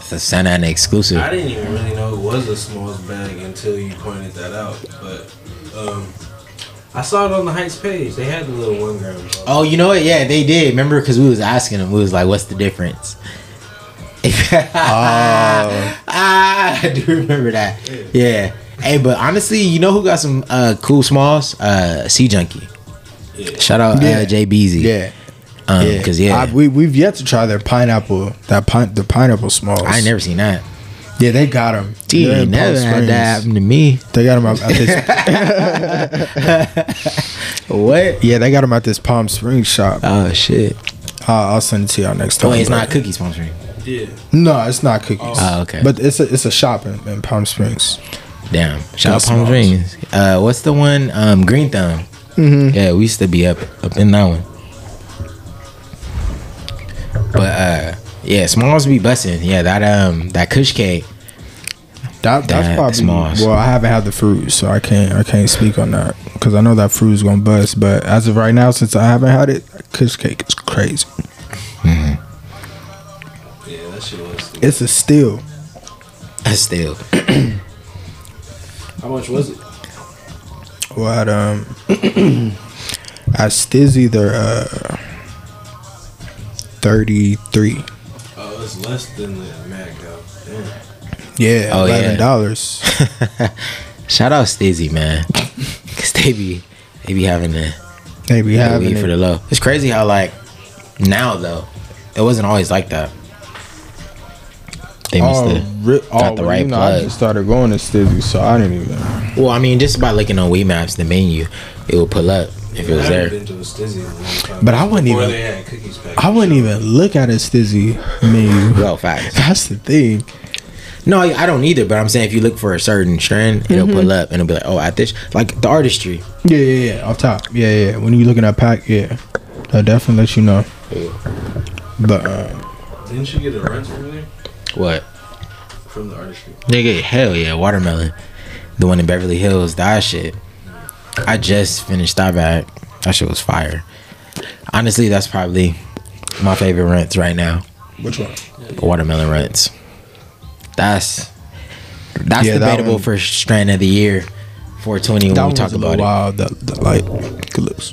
Speaker 2: It's a Santa Ana exclusive.
Speaker 1: I didn't even really know it was a smallest bag until you pointed that out. But um, I saw it on the Heights page. They had the little one gram.
Speaker 2: Oh, you know what? Yeah, they did. Remember, because we was asking them, we was like, "What's the difference?" Oh. ah, I do remember that. Yeah. Hey, but honestly, you know who got some uh, cool smalls? Uh, Sea Junkie.
Speaker 1: Yeah.
Speaker 2: Shout out
Speaker 3: Yeah.
Speaker 2: uh, JBZ.
Speaker 3: Yeah.
Speaker 2: Um, Cause yeah,
Speaker 3: I, we we've yet to try their pineapple that pine the pineapple smalls.
Speaker 2: I ain't never seen that.
Speaker 3: Yeah, they got them.
Speaker 2: Gee, never had that happen to me.
Speaker 3: They got them at this.
Speaker 2: What?
Speaker 3: yeah, they got 'em at this Palm Springs shop.
Speaker 2: Oh shit.
Speaker 3: I'll, I'll send it to y'all next time.
Speaker 2: Oh, wait, it's not
Speaker 3: but-
Speaker 2: cookie sponsoring.
Speaker 1: Yeah.
Speaker 3: No, it's not cookies.
Speaker 2: Oh, okay.
Speaker 3: But it's a it's a shop in, in Palm Springs.
Speaker 2: Damn. Shout out
Speaker 3: That's
Speaker 2: Palm
Speaker 3: nice.
Speaker 2: Dreams. Uh, what's the one? Um, Green Thumb. Yeah, we used to be up up in that one. But uh, yeah, Smalls be busting. Yeah, that um, that Kush cake.
Speaker 3: That, that's
Speaker 2: That
Speaker 3: probably
Speaker 2: Smalls.
Speaker 3: well. I haven't had the fruit, so I can't I can't speak on that because I know that fruit is gonna bust. But as of right now, since I haven't had it, Kush cake is crazy.
Speaker 1: Yeah, that shit was.
Speaker 3: It's a steal.
Speaker 2: Still,
Speaker 1: How much was it?
Speaker 3: Well, at, um, at Stizzy, they're uh, 33.
Speaker 1: Oh, it's less than the Mad Cow. Damn.
Speaker 3: Yeah,
Speaker 2: Oh, yeah.
Speaker 3: $11.
Speaker 2: shout out Stizzy, man, cause they be they be having the
Speaker 3: They be
Speaker 2: the
Speaker 3: having
Speaker 2: weed
Speaker 3: it.
Speaker 2: for the low. It's crazy how like now though, it wasn't always like that. Um, They missed
Speaker 3: Oh,
Speaker 2: it.
Speaker 3: ri- oh,
Speaker 2: got the
Speaker 3: well,
Speaker 2: right
Speaker 3: you know, I
Speaker 2: plug.
Speaker 3: just started going to Stizzy, so I didn't even.
Speaker 2: Well, I mean, just by looking on Wii Maps, the menu, it would pull up if it was
Speaker 1: I haven't
Speaker 2: there.
Speaker 1: Been to a Stizzy in a long time.
Speaker 3: But I wouldn't
Speaker 1: Before
Speaker 3: even-
Speaker 1: they had cookies back.
Speaker 3: I wouldn't even look at a Stizzy menu.
Speaker 2: Well, facts.
Speaker 3: That's the thing.
Speaker 2: No, I I don't either. But I'm saying if you look for a certain strand, it'll pull up and it'll be like, oh, at this, like the artistry.
Speaker 3: Yeah, yeah, yeah. Off top. Yeah, yeah. When you looking at pack, yeah, that definitely let you know. But uh,
Speaker 1: Didn't you get a rent from there?
Speaker 2: What?
Speaker 1: From the artistry.
Speaker 2: Nigga, hell yeah, watermelon. The one in Beverly Hills, that shit. I just finished that bag. That shit was fire. Honestly, that's probably my favorite rents right now.
Speaker 3: which one?
Speaker 2: Watermelon rents. That's that's
Speaker 3: Yeah, that
Speaker 2: debatable
Speaker 3: one-
Speaker 2: for strand of the year. 420
Speaker 3: That
Speaker 2: when we
Speaker 3: one
Speaker 2: talk
Speaker 3: was a
Speaker 2: about
Speaker 3: little
Speaker 2: it.
Speaker 3: wild. The, the light clips.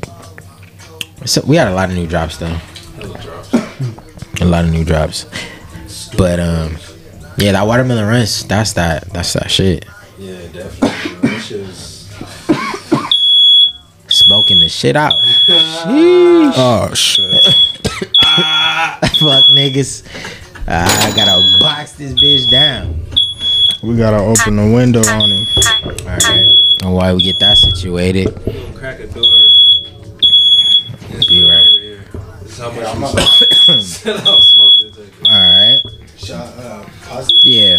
Speaker 2: So we had a lot of new drops though.
Speaker 1: That was drops.
Speaker 2: A lot of new drops. But um yeah, that watermelon rinse, that's that that's that shit.
Speaker 1: Yeah, definitely. That shit was.
Speaker 2: Smoking the shit out.
Speaker 3: Oh shit!
Speaker 2: Fuck niggas. I gotta box this bitch down.
Speaker 3: We gotta open the window on him.
Speaker 2: And while we get that situated,
Speaker 1: Don't crack a door. It's
Speaker 2: Be right.
Speaker 1: over here. This is how much we smoke. Sit out, smoke detector.
Speaker 2: alright.
Speaker 3: uh,
Speaker 2: Yeah.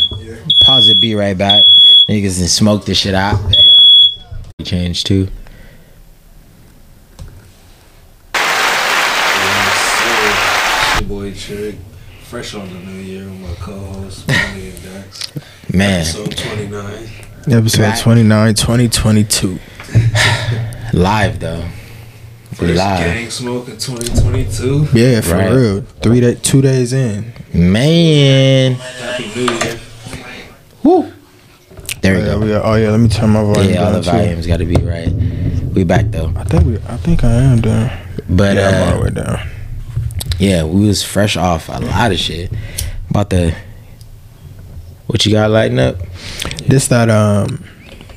Speaker 2: Pause it, be right back. Niggas and smoke this shit out. We Change too.
Speaker 1: Yes, sir. It's your boy Trick. Fresh on the new year with my co-host Tony and Dax.
Speaker 2: Man,
Speaker 1: Episode 29.
Speaker 3: Episode
Speaker 2: Back.
Speaker 3: 29, 2022.
Speaker 2: live though. We
Speaker 1: First
Speaker 2: live.
Speaker 1: gang smoke of 2022.
Speaker 3: Yeah, for
Speaker 2: Right.
Speaker 3: real. Three day, two days in.
Speaker 2: Man.
Speaker 1: Happy New Year.
Speaker 2: Woo. There we
Speaker 3: Yeah,
Speaker 2: go.
Speaker 3: we are- oh yeah, let me turn my volume
Speaker 2: Yeah, all the
Speaker 3: down too.
Speaker 2: volumes gotta be right. We back though.
Speaker 3: I think we, I think I am down.
Speaker 2: But
Speaker 3: yeah, I'm all
Speaker 2: uh,
Speaker 3: the way down.
Speaker 2: yeah, we was fresh off a lot of shit. About the what you got lighting up?
Speaker 3: This that um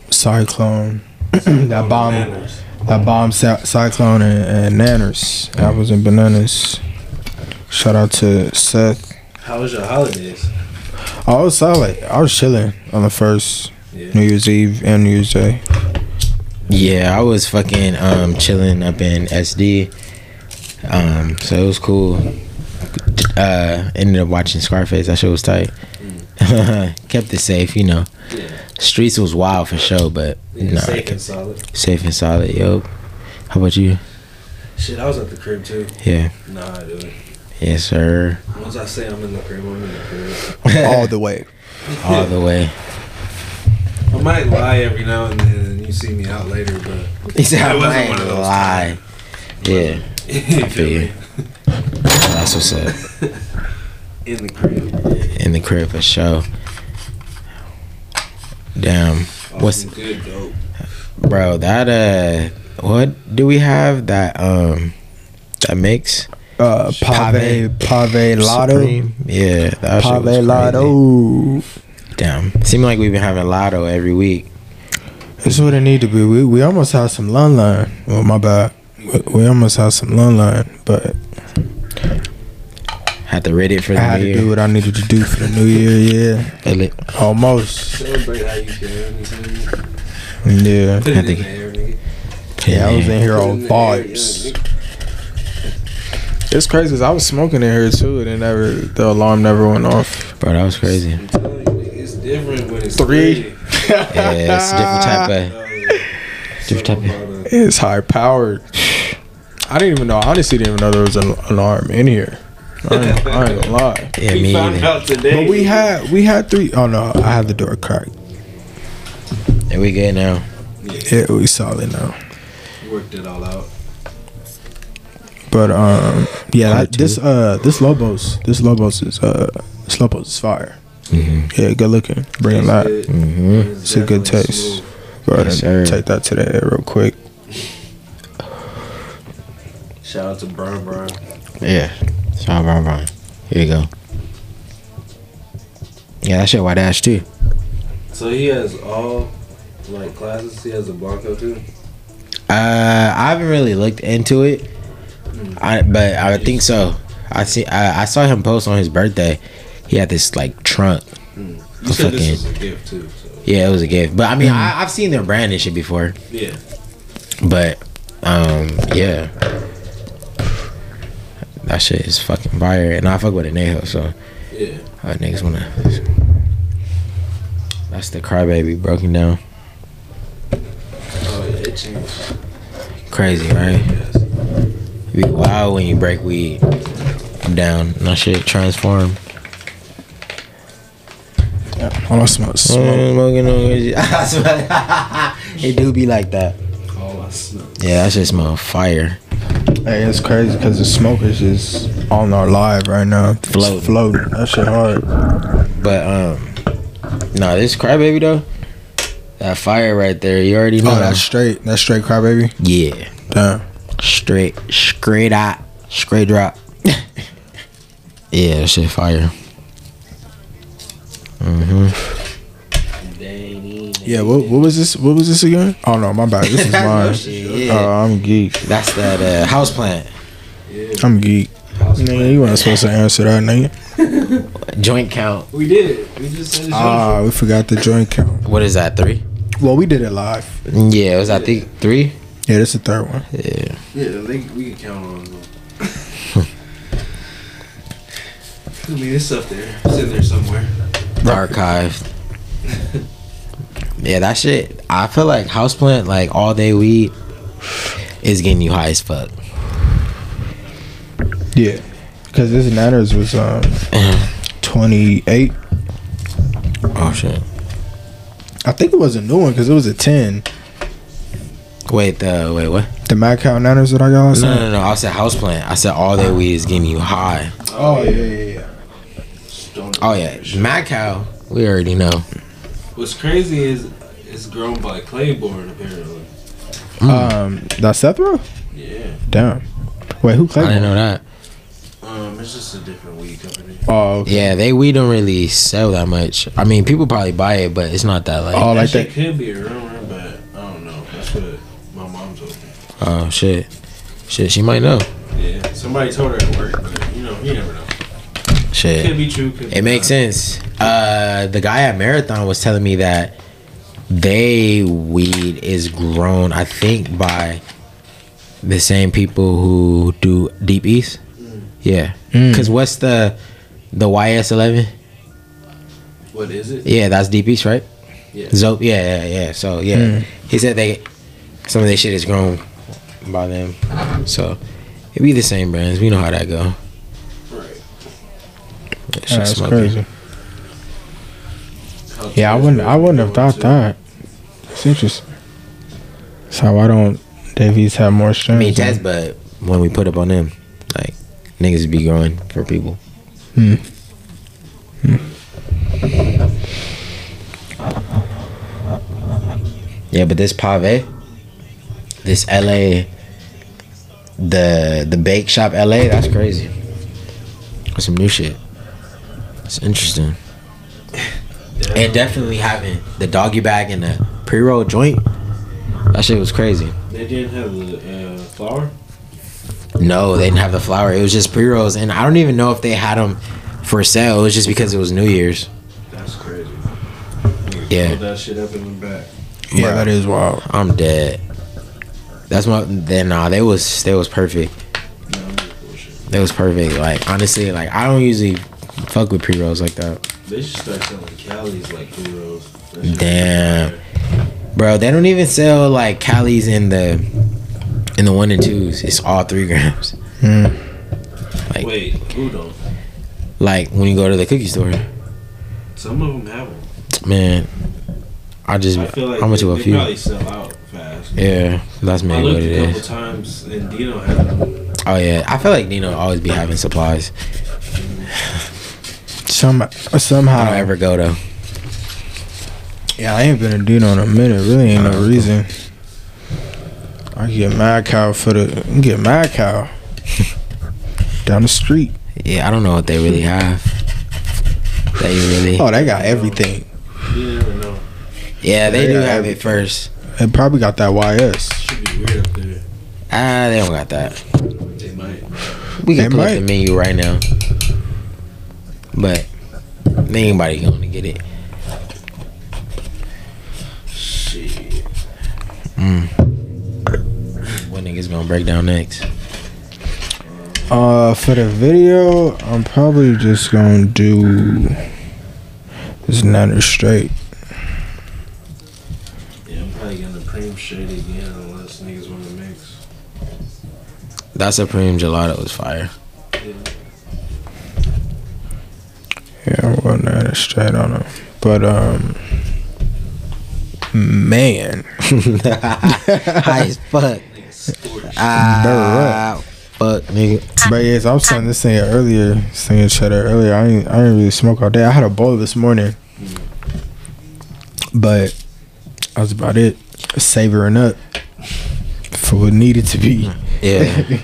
Speaker 3: cyclone, that bomb,
Speaker 1: Bananas.
Speaker 3: that bomb cy- cyclone and, and nanners, apples and bananas. Shout out to Seth.
Speaker 1: How was your holidays?
Speaker 3: I was solid. I was chilling on the first New
Speaker 1: Yeah.
Speaker 3: Year's Eve and New Year's Day.
Speaker 2: Yeah, I was fucking um chilling up in SD. Um, so it was cool. Uh, ended up watching Scarface. That shit was tight. Kept it safe, you know.
Speaker 1: Yeah.
Speaker 2: Streets was wild for sure, but
Speaker 1: yeah
Speaker 2: nah,
Speaker 1: safe and solid.
Speaker 2: safe and solid. Yo, how about you?
Speaker 1: Shit, I was at the crib too.
Speaker 2: Yeah,
Speaker 1: Nah, dude.
Speaker 2: yes sir,
Speaker 1: Once I say I'm in the crib, I'm in the crib.
Speaker 3: all the way.
Speaker 2: all the way.
Speaker 1: I might lie every now and then, and you see me out later, but
Speaker 2: He said,
Speaker 1: It
Speaker 2: "I
Speaker 1: wasn't
Speaker 2: ain't
Speaker 1: one of those
Speaker 2: lie." Yeah,
Speaker 1: you
Speaker 2: feel you. that's what's up.
Speaker 1: in the crib.
Speaker 2: In the crib for sure. Damn, What's-
Speaker 1: What's oh, good dope?
Speaker 2: bro, that uh, what do we have that um, that mix?
Speaker 3: Uh, pave, pave lotto,
Speaker 2: Supreme? Yeah, that shit was
Speaker 3: pave
Speaker 2: crazy.
Speaker 3: lotto.
Speaker 2: Damn, seem like we've been having lotto every week.
Speaker 3: It's what it need to be. We we almost had some lun line. Well, my bad. We, we almost had some lun line, but
Speaker 2: Had to read it for
Speaker 3: I
Speaker 2: the
Speaker 3: had
Speaker 2: new
Speaker 3: to
Speaker 2: year.
Speaker 3: do what I needed to do for the new year. Yeah,
Speaker 2: Hey, look,
Speaker 3: almost.
Speaker 1: Celebrate how you feel. you feel me?
Speaker 3: Yeah.
Speaker 1: Put it in
Speaker 2: think-
Speaker 1: the air, nigga.
Speaker 3: Yeah, I was
Speaker 2: man.
Speaker 3: in here
Speaker 1: Put it
Speaker 3: on
Speaker 1: in the air, yeah,
Speaker 3: vibes.
Speaker 1: nigga.
Speaker 3: It's crazy 'cause I was smoking in here too, and it never the alarm never went off.
Speaker 2: bro. That was crazy.
Speaker 1: I'm telling you, nigga, it's different when it's
Speaker 3: Three.
Speaker 1: three.
Speaker 2: Yeah, it's a different type of.
Speaker 1: Uh, Different
Speaker 2: type of-
Speaker 3: It's high powered. I didn't even know. I honestly didn't even know there was an alarm in here. I ain't, I ain't gonna lie.
Speaker 2: Yeah,
Speaker 1: we
Speaker 2: me
Speaker 1: found
Speaker 2: either.
Speaker 1: out today.
Speaker 3: But we had we had three oh no, I had the door cracked.
Speaker 2: Yeah, we good now.
Speaker 3: Yeah, we solid now.
Speaker 1: worked it all out.
Speaker 3: But um, yeah,
Speaker 2: Part
Speaker 3: that, this
Speaker 2: two.
Speaker 3: uh, this Lobos, this Lobos is uh, this Lobos is fire. Yeah, good looking. Bring it live.
Speaker 1: It's good.
Speaker 2: Mm-hmm.
Speaker 3: Mm. It's a good
Speaker 1: definitely
Speaker 3: taste.
Speaker 1: smooth.
Speaker 3: Bro,
Speaker 2: Yes, sir.
Speaker 3: take that to the air real quick.
Speaker 1: Shout out to Brian Brian.
Speaker 2: Yeah. Sean Brown Brown. Here you go. Yeah, that shit white ash too.
Speaker 1: So he has all like classes. He has a Blanco too.
Speaker 2: Uh, I haven't really looked into it, I but I would think so. I see. I, I saw him post on his birthday. He had this like trunk.
Speaker 1: You said
Speaker 2: fucking-
Speaker 1: this was a gift too. So
Speaker 2: Yeah, it was a gift. But I mean, I, I've seen their brand and shit before.
Speaker 1: yeah,
Speaker 2: But um, yeah, that shit is fucking fire, and I fuck with Anejo, so
Speaker 1: yeah.
Speaker 2: uh, niggas wanna. That's the crybaby broken down.
Speaker 1: Oh, yeah, itching. Yes.
Speaker 2: Crazy, right? You be wild when you break weed. I'm down. No shit, transform.
Speaker 3: I want to smell smoke.
Speaker 2: Smoking on crazy. I smell it. It do be like that.
Speaker 1: All I smell.
Speaker 2: Yeah, that shit smell fire.
Speaker 3: Hey, it's crazy because the smoke is just on our live right now. It's
Speaker 2: Floating.
Speaker 3: Floating. Oh, That shit hard.
Speaker 2: But um, nah, this crybaby though, that fire right there. You already know.
Speaker 3: Oh, that's straight. That's straight crybaby.
Speaker 2: yeah.
Speaker 3: Damn.
Speaker 2: Straight, straight out, straight drop. yeah, that shit fire. Mm-hmm.
Speaker 1: Dang.
Speaker 3: Yeah. What, what was this? What was this again? Oh no, my bad. This is mine.
Speaker 2: Yeah,
Speaker 3: Oh, I'm geek.
Speaker 2: that's that uh, house plant
Speaker 3: I'm geek. Nigga, you weren't supposed to answer that, nigga.
Speaker 2: joint count.
Speaker 1: We did it. We just said
Speaker 3: Ah, we forgot the joint count.
Speaker 2: What is that? Three?
Speaker 3: Well, we did it live.
Speaker 2: Yeah, it was I think three.
Speaker 3: Yeah, this is the third one.
Speaker 2: Yeah,
Speaker 1: Yeah, they, we can count on them. I mean, it's up there. It's in there somewhere.
Speaker 2: archived. yeah, that shit. I feel like house plant, like all day weed, is getting you high as fuck.
Speaker 3: Yeah, because this Nanners was um 28.
Speaker 2: Oh shit.
Speaker 3: I think it was a new one because it was a 10.
Speaker 2: Wait, the wait what?
Speaker 3: The Mad Cow Nanners that I got last
Speaker 2: No,
Speaker 3: night.
Speaker 2: no, no. I said house plant. I said all day weed is getting you high.
Speaker 3: Oh yeah, yeah, yeah.
Speaker 1: Don't-
Speaker 2: Oh yeah, Mad Cow. We already know.
Speaker 1: What's crazy is it's grown by Claiborne apparently.
Speaker 3: Um, that's Sethro.
Speaker 1: Yeah.
Speaker 3: Damn. Wait, who
Speaker 2: I didn't
Speaker 3: played?
Speaker 2: know that.
Speaker 1: Um, it's just a different weed company.
Speaker 3: Oh, okay.
Speaker 2: Yeah, they we don't really sell that much. I mean, people probably buy it, but it's not that like.
Speaker 3: oh,
Speaker 2: Oh,
Speaker 1: that
Speaker 3: like
Speaker 1: shit
Speaker 3: that.
Speaker 1: could be a rumor, but I don't know. That's what my mom's open.
Speaker 2: oh, shit, shit. She might know.
Speaker 1: Yeah. Somebody told her at work, but you know, you never know. Could
Speaker 2: Shit,
Speaker 1: be true. Could be
Speaker 2: it makes
Speaker 1: not.
Speaker 2: sense. Uh, the guy at Marathon was telling me that they weed is grown. I think by the same people who do Deep East. Yeah,
Speaker 3: Mm.
Speaker 2: because what's the the YS11?
Speaker 1: What is it?
Speaker 2: Yeah, that's Deep East, right?
Speaker 1: Yeah.
Speaker 2: Zope, yeah, yeah, yeah. So yeah,
Speaker 3: Mm.
Speaker 2: he said they some of their shit is grown by them. So it be the same brands. We know how that go.
Speaker 1: Right.
Speaker 2: That shit
Speaker 3: Yeah, That's
Speaker 2: smoking.
Speaker 3: crazy. Yeah, I wouldn't. I wouldn't have thought that. It's interesting. That's how I don't. Davies have more
Speaker 2: I
Speaker 3: strength.
Speaker 2: mean, that's but when we put up on them, like niggas be growing for people. Hmm.
Speaker 3: Hmm.
Speaker 2: Yeah, but this pave, this LA, the the bake shop LA, that's crazy. That's some new shit. It's interesting. And definitely having the doggy bag and the pre roll joint. That shit was crazy.
Speaker 1: They didn't have the uh, flower.
Speaker 2: No, they didn't have the flour. It was just pre rolls, and I don't even know if they had them for sale. It was just because it was New Year's.
Speaker 1: That's crazy. Pulled
Speaker 2: Yeah,
Speaker 1: that shit up and went back.
Speaker 3: yeah, that is wild.
Speaker 2: I'm dead. That's my then. Nah, they was they was perfect.
Speaker 1: No, I'm just bullshit.
Speaker 2: They was perfect. Like honestly, like I don't usually fuck with pre rolls like that,
Speaker 1: They should start selling Cali's like two rolls.
Speaker 2: Damn. bro. They don't even sell like Cali's in the in the one and twos. It's all three grams.
Speaker 3: Mm.
Speaker 2: Like
Speaker 1: Wait, who don't?
Speaker 2: like when you go to the cookie store,
Speaker 1: Some of them have them.
Speaker 2: man. I just
Speaker 1: I feel like
Speaker 2: how much
Speaker 1: they,
Speaker 2: of a
Speaker 1: they
Speaker 2: few?
Speaker 1: probably sell out fast.
Speaker 2: Yeah, that's
Speaker 1: I
Speaker 2: maybe what
Speaker 1: looked
Speaker 2: it
Speaker 1: a couple
Speaker 2: is.
Speaker 1: times and Dino had them.
Speaker 2: Oh yeah, I feel like Nino always be having supplies.
Speaker 3: Some
Speaker 2: I don't
Speaker 3: somehow.
Speaker 2: ever go though.
Speaker 3: Yeah, I ain't been a dude on a minute. Really, ain't
Speaker 2: Uh,
Speaker 3: no reason. I get mad cow for the get mad cow down the street.
Speaker 2: Yeah, I don't know what they really have. They really.
Speaker 3: Oh, they got everything.
Speaker 1: You never know.
Speaker 2: Yeah, they
Speaker 3: They
Speaker 2: do
Speaker 3: got
Speaker 2: have
Speaker 3: everything.
Speaker 2: it first.
Speaker 3: They probably got that YS.
Speaker 1: Should be weird up there.
Speaker 2: Ah, they don't got that.
Speaker 1: They might.
Speaker 2: We
Speaker 3: They
Speaker 2: can pull up
Speaker 3: might.
Speaker 2: the menu right now. But anybody going to get it.
Speaker 1: Shit.
Speaker 2: Mm. What niggas going to break down next?
Speaker 3: Uh, for the video, I'm probably just gonna do this Niner straight.
Speaker 1: Yeah, I'm probably gonna cream shit again unless niggas wanna mix.
Speaker 2: That Supreme Gelato was fire.
Speaker 3: Yeah, well, Niner straight on them. But um, man,
Speaker 2: High as fuck. Ah, fuck, nigga.
Speaker 3: But yes, I was saying this thing earlier, singing cheddar earlier. I ain't, I didn't really smoke all day. I had a bowl this morning, but I was about it, savoring up for what needed to be.
Speaker 2: Yeah.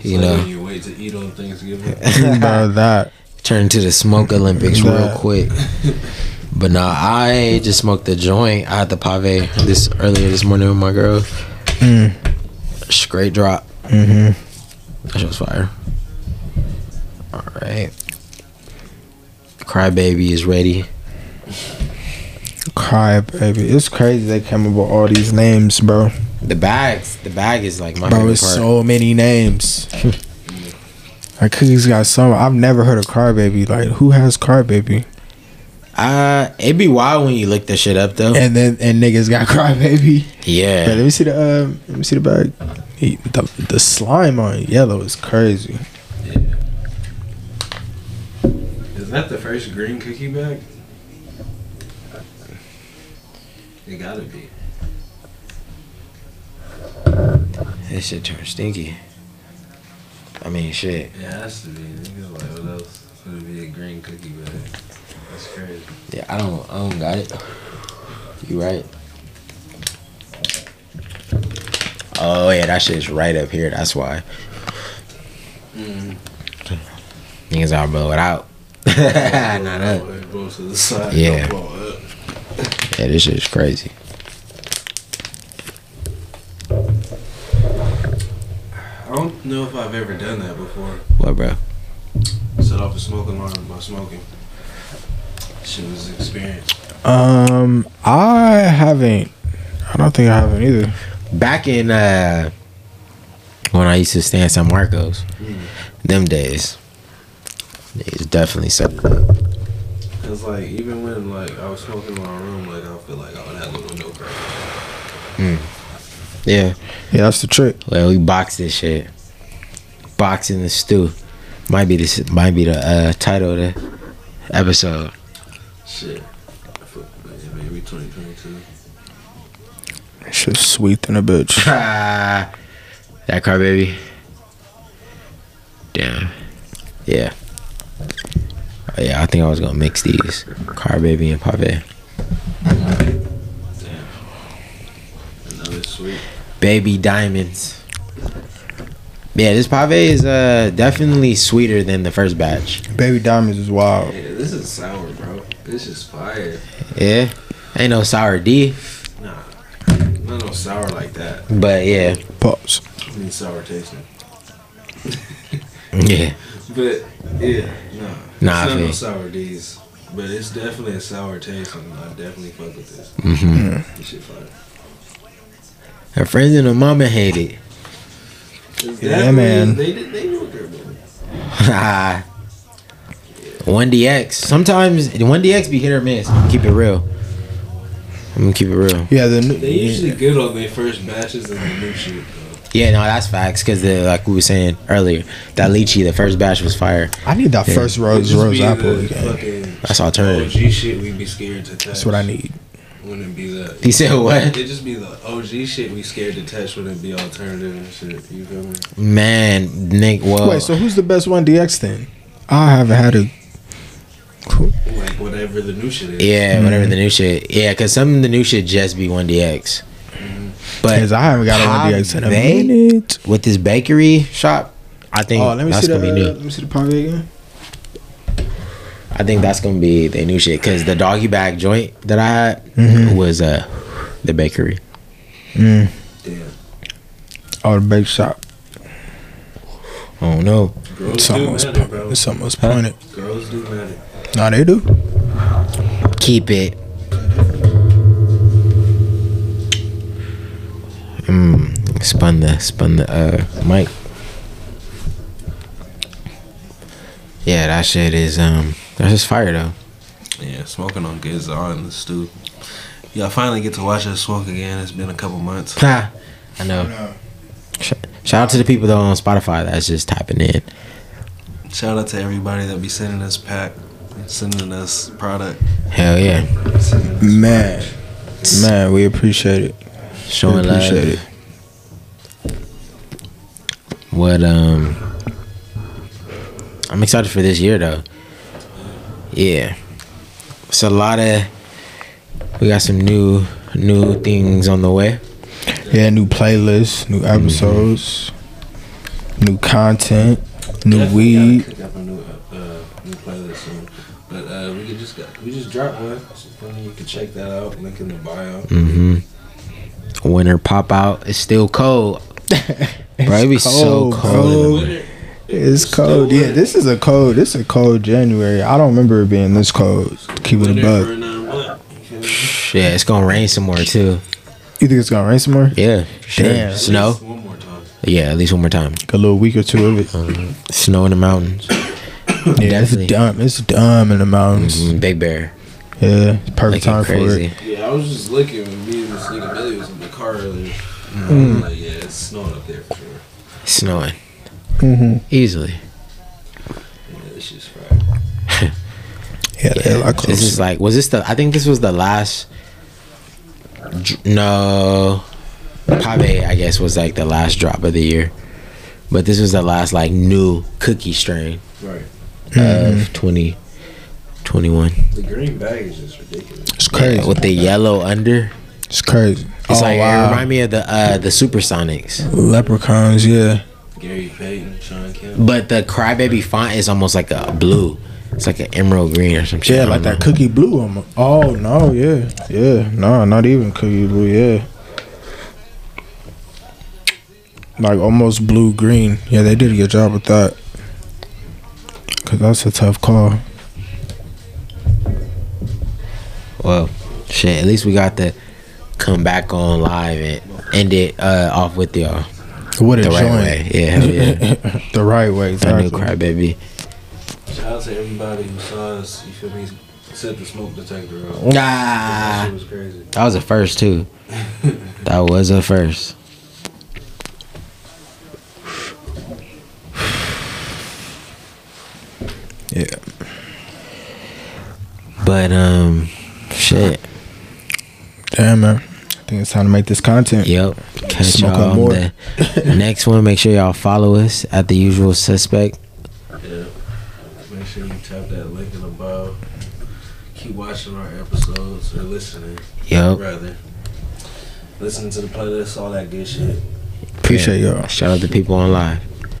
Speaker 2: You know.
Speaker 1: When you wait to eat on Thanksgiving.
Speaker 3: About that,
Speaker 2: Turn to the smoke Olympics real
Speaker 3: Nah.
Speaker 2: quick. But nah, I just smoked the joint. I had the pave this earlier this morning with my girl.
Speaker 3: mm,
Speaker 2: Straight drop.
Speaker 3: hmm
Speaker 2: That shit was fire. All right. Crybaby is ready.
Speaker 3: cry baby. It's crazy they came up with all these names, bro.
Speaker 2: The bags, the bag is like my
Speaker 3: Bro,
Speaker 2: favorite
Speaker 3: it's
Speaker 2: part.
Speaker 3: so many names. Like cookies got some. I've never heard of cry baby. Like who has cry baby?
Speaker 2: uh, it'd be wild when you look that shit up though.
Speaker 3: And then and niggas got cry baby. Wait,
Speaker 2: Yeah,
Speaker 3: let me see the uh, let me see the bag. He- The, the slime on yellow is crazy.
Speaker 1: Is that the first green cookie bag? It gotta be.
Speaker 2: this shit turned stinky. I mean, shit.
Speaker 1: It has to be. Niggas like, what else would it be a green cookie bag? That's crazy.
Speaker 2: Yeah, I don't, I don't got it. You right. Oh yeah, that shit's right up here. That's why niggas all blow it out. Not up.
Speaker 1: It goes to the side.
Speaker 2: Yeah.
Speaker 1: Don't blow it up.
Speaker 2: Yeah, this shit's crazy.
Speaker 1: I don't know if I've ever done that before.
Speaker 2: What, bro?
Speaker 1: Set off a smoke alarm by smoking. Shit was an experience.
Speaker 3: Um, I haven't. I don't think I haven't either.
Speaker 2: Back in uh, when I used to stay in San Marcos, them days, niggas definitely sucked up.
Speaker 1: Cause like even when like I was smoking in my room, like I feel like oh that little window crack.
Speaker 2: Yeah.
Speaker 3: Yeah, that's the trick.
Speaker 2: Well, we box this shit. Boxing the stew might be this might be the uh, title of the episode.
Speaker 1: Shit. I feel- yeah, Maybe 2022.
Speaker 3: Shit's sweet than a bitch.
Speaker 2: Ah, that car, baby. Damn. Yeah. Oh, yeah, I think I was gonna mix these car, baby, and pave.
Speaker 1: Damn. Another sweet.
Speaker 2: Baby diamonds. Yeah, this pave is uh definitely sweeter than the first batch.
Speaker 3: Baby diamonds is wild.
Speaker 1: Yeah, this is sour, bro. This is fire.
Speaker 2: Yeah, ain't no sour D,
Speaker 1: Nah. Not no sour like that.
Speaker 2: but yeah,
Speaker 3: Pops.
Speaker 1: I mean sour tasting.
Speaker 2: yeah,
Speaker 1: But yeah, nah.
Speaker 2: Nah, I
Speaker 1: it's not
Speaker 2: feel
Speaker 1: no
Speaker 2: you.
Speaker 1: sour D's. But it's definitely a sour taste and I definitely fuck with this.
Speaker 2: hmm
Speaker 1: This shit fire.
Speaker 2: her friends and her mama hate it.
Speaker 1: It's
Speaker 3: Yeah,
Speaker 1: definitely-
Speaker 3: man.
Speaker 1: They did they knew what they were doing.
Speaker 2: One DX. Sometimes one DX be hit or miss. Keep it real. I'm gonna keep it real.
Speaker 3: Yeah, the new,
Speaker 1: They usually good on their first batches of the new shit though.
Speaker 2: Yeah, no, that's facts. Cause the, like we were saying earlier, that lychee, the first batch was fire.
Speaker 3: I need that
Speaker 2: Yeah.
Speaker 3: first
Speaker 1: It'd
Speaker 3: rose
Speaker 1: just
Speaker 3: rose
Speaker 1: be
Speaker 3: apple
Speaker 1: the
Speaker 3: again.
Speaker 1: fucking
Speaker 2: That's alternative.
Speaker 1: OG shit we be scared to touch.
Speaker 3: That's what I need.
Speaker 1: Wouldn't be the
Speaker 2: He said what?
Speaker 1: It just be the OG shit we scared to touch wouldn't be alternative and shit. You feel me?
Speaker 2: Man, Nick. Well,
Speaker 3: Wait, so who's the best one DX then? I haven't had a Cool.
Speaker 1: Like whatever the new shit is.
Speaker 2: Yeah,
Speaker 3: Mm.
Speaker 2: whatever the new shit. Yeah, because some of the new shit just be 1DX. But
Speaker 3: Because I haven't got
Speaker 2: how
Speaker 3: on DX in a
Speaker 2: they-
Speaker 3: minute.
Speaker 2: with this bakery shop, I think
Speaker 3: Oh, let me
Speaker 2: that's
Speaker 3: see the
Speaker 2: going to
Speaker 3: uh,
Speaker 2: be new.
Speaker 3: let me see the pave again.
Speaker 2: I think that's going to be the new shit because the doggy bag joint that I had
Speaker 3: Mhm.
Speaker 2: was uh, the bakery.
Speaker 3: Mm.
Speaker 1: Damn.
Speaker 3: Oh, the bake shop.
Speaker 2: Oh, no.
Speaker 1: Girls
Speaker 3: It's
Speaker 1: do
Speaker 3: almost,
Speaker 1: matter,
Speaker 3: pu-
Speaker 1: bro.
Speaker 3: it's almost pointed.
Speaker 1: Girls do matter.
Speaker 3: Nah, they do.
Speaker 2: Keep it. Mm, spun the spun the uh mic. Yeah, that shit is um that's just fire though.
Speaker 1: Yeah, smoking on gigs are in the stew. Yeah, I finally get to watch us smoke again. It's been a couple months.
Speaker 2: Ha, I know. Sh- Shout out to the people though on Spotify that's just tapping in.
Speaker 1: Shout out to everybody that be sending us pack, sending us product.
Speaker 2: Hell yeah.
Speaker 1: sending us-
Speaker 3: Man, man, we appreciate it. We
Speaker 2: Showing love.
Speaker 3: appreciate it.
Speaker 2: What um I'm excited for this year though. Yeah. It's a lot of we got some new new things on the way.
Speaker 3: Yeah, new playlists, new
Speaker 2: Mm-hmm.
Speaker 3: episodes, new content,
Speaker 1: Definitely
Speaker 3: new
Speaker 1: gotta
Speaker 3: weed.
Speaker 1: cook up a new, uh, uh, new playlist soon. But uh, we could just got, we just dropped one. So you can check that out. Link in the bio.
Speaker 2: Mm-hmm. Winter pop out. It's still cold. Bro, it be so
Speaker 3: cold,
Speaker 2: cold. in the
Speaker 3: bro.
Speaker 2: winter.
Speaker 3: It's cold. Yeah, this is a cold. This is a cold January. I don't remember it being this cold. Keep it
Speaker 1: Winter for
Speaker 3: above.
Speaker 1: another month, you feel me?
Speaker 2: Yeah, it's gonna rain some more too.
Speaker 3: You think it's gonna rain some more?
Speaker 2: Yeah, sure.
Speaker 3: Damn.
Speaker 2: Snow.
Speaker 1: One more time.
Speaker 2: Yeah, at least one more time.
Speaker 3: Like a little week or two of it.
Speaker 2: Snow in the mountains.
Speaker 3: Yeah, it's
Speaker 2: Uh, Definitely.
Speaker 3: dumb. It's dumb in the mountains.
Speaker 2: Mm, Big Bear.
Speaker 3: Yeah, it's perfect
Speaker 2: Looking
Speaker 3: time for
Speaker 2: crazy.
Speaker 3: it.
Speaker 1: Yeah, I was just looking when me and this nigga Billy was in the car earlier. I'm like, yeah, it's snowing up there for sure.
Speaker 2: Snowing.
Speaker 3: hmm
Speaker 2: Easily.
Speaker 1: Yeah, this shit's fried.
Speaker 3: Yeah, yeah. Like
Speaker 2: This is like, was this the? I think this was the last. dr- No, Pave I guess was like the last drop of the year, but this was the last like new cookie strain
Speaker 1: Right.
Speaker 3: Mm-hmm.
Speaker 2: of twenty twenty one.
Speaker 1: The green bag is just ridiculous.
Speaker 3: it's crazy.
Speaker 2: with the yellow under.
Speaker 3: it's crazy.
Speaker 2: It's
Speaker 3: oh
Speaker 2: like it
Speaker 3: wow,
Speaker 2: remind me of the uh the Supersonics,
Speaker 3: leprechauns. Yeah,
Speaker 1: Gary Payton, Sean Kemp.
Speaker 2: but the Crybaby font is almost like a blue. It's like an emerald green or some shit.
Speaker 3: yeah,
Speaker 2: I
Speaker 3: like
Speaker 2: don't
Speaker 3: that
Speaker 2: know.
Speaker 3: cookie blue. on oh no, yeah, yeah, no, not even cookie blue. Yeah, like almost blue green. Yeah, they did a good job with that. Cause that's a tough call.
Speaker 2: Well, shit. At least we got to come back on live and end it uh, off with y'all
Speaker 3: What a
Speaker 2: the right
Speaker 3: joint.
Speaker 2: way. Yeah, hell yeah.
Speaker 3: the right way.
Speaker 2: I knew
Speaker 3: Exactly.
Speaker 2: Crybaby.
Speaker 1: Shout out to everybody who saw us. You feel me? Set the smoke detector off. That
Speaker 2: Nah,
Speaker 1: shit was crazy.
Speaker 2: that was a first too. That was a first.
Speaker 3: Yeah.
Speaker 2: But um, shit.
Speaker 3: Damn man, I think it's time to make this content.
Speaker 2: Yep. Catch
Speaker 3: Smoke
Speaker 2: y'all
Speaker 3: up more.
Speaker 2: on the next one. Make sure y'all follow us at the usual suspect.
Speaker 1: Yeah. Make sure you tap that link in the bio. Keep watching our episodes or listening,
Speaker 2: Yep.
Speaker 1: rather. Listen to the playlist, all that good shit.
Speaker 3: Appreciate
Speaker 2: Yeah.
Speaker 3: y'all.
Speaker 2: Shout out to people on live.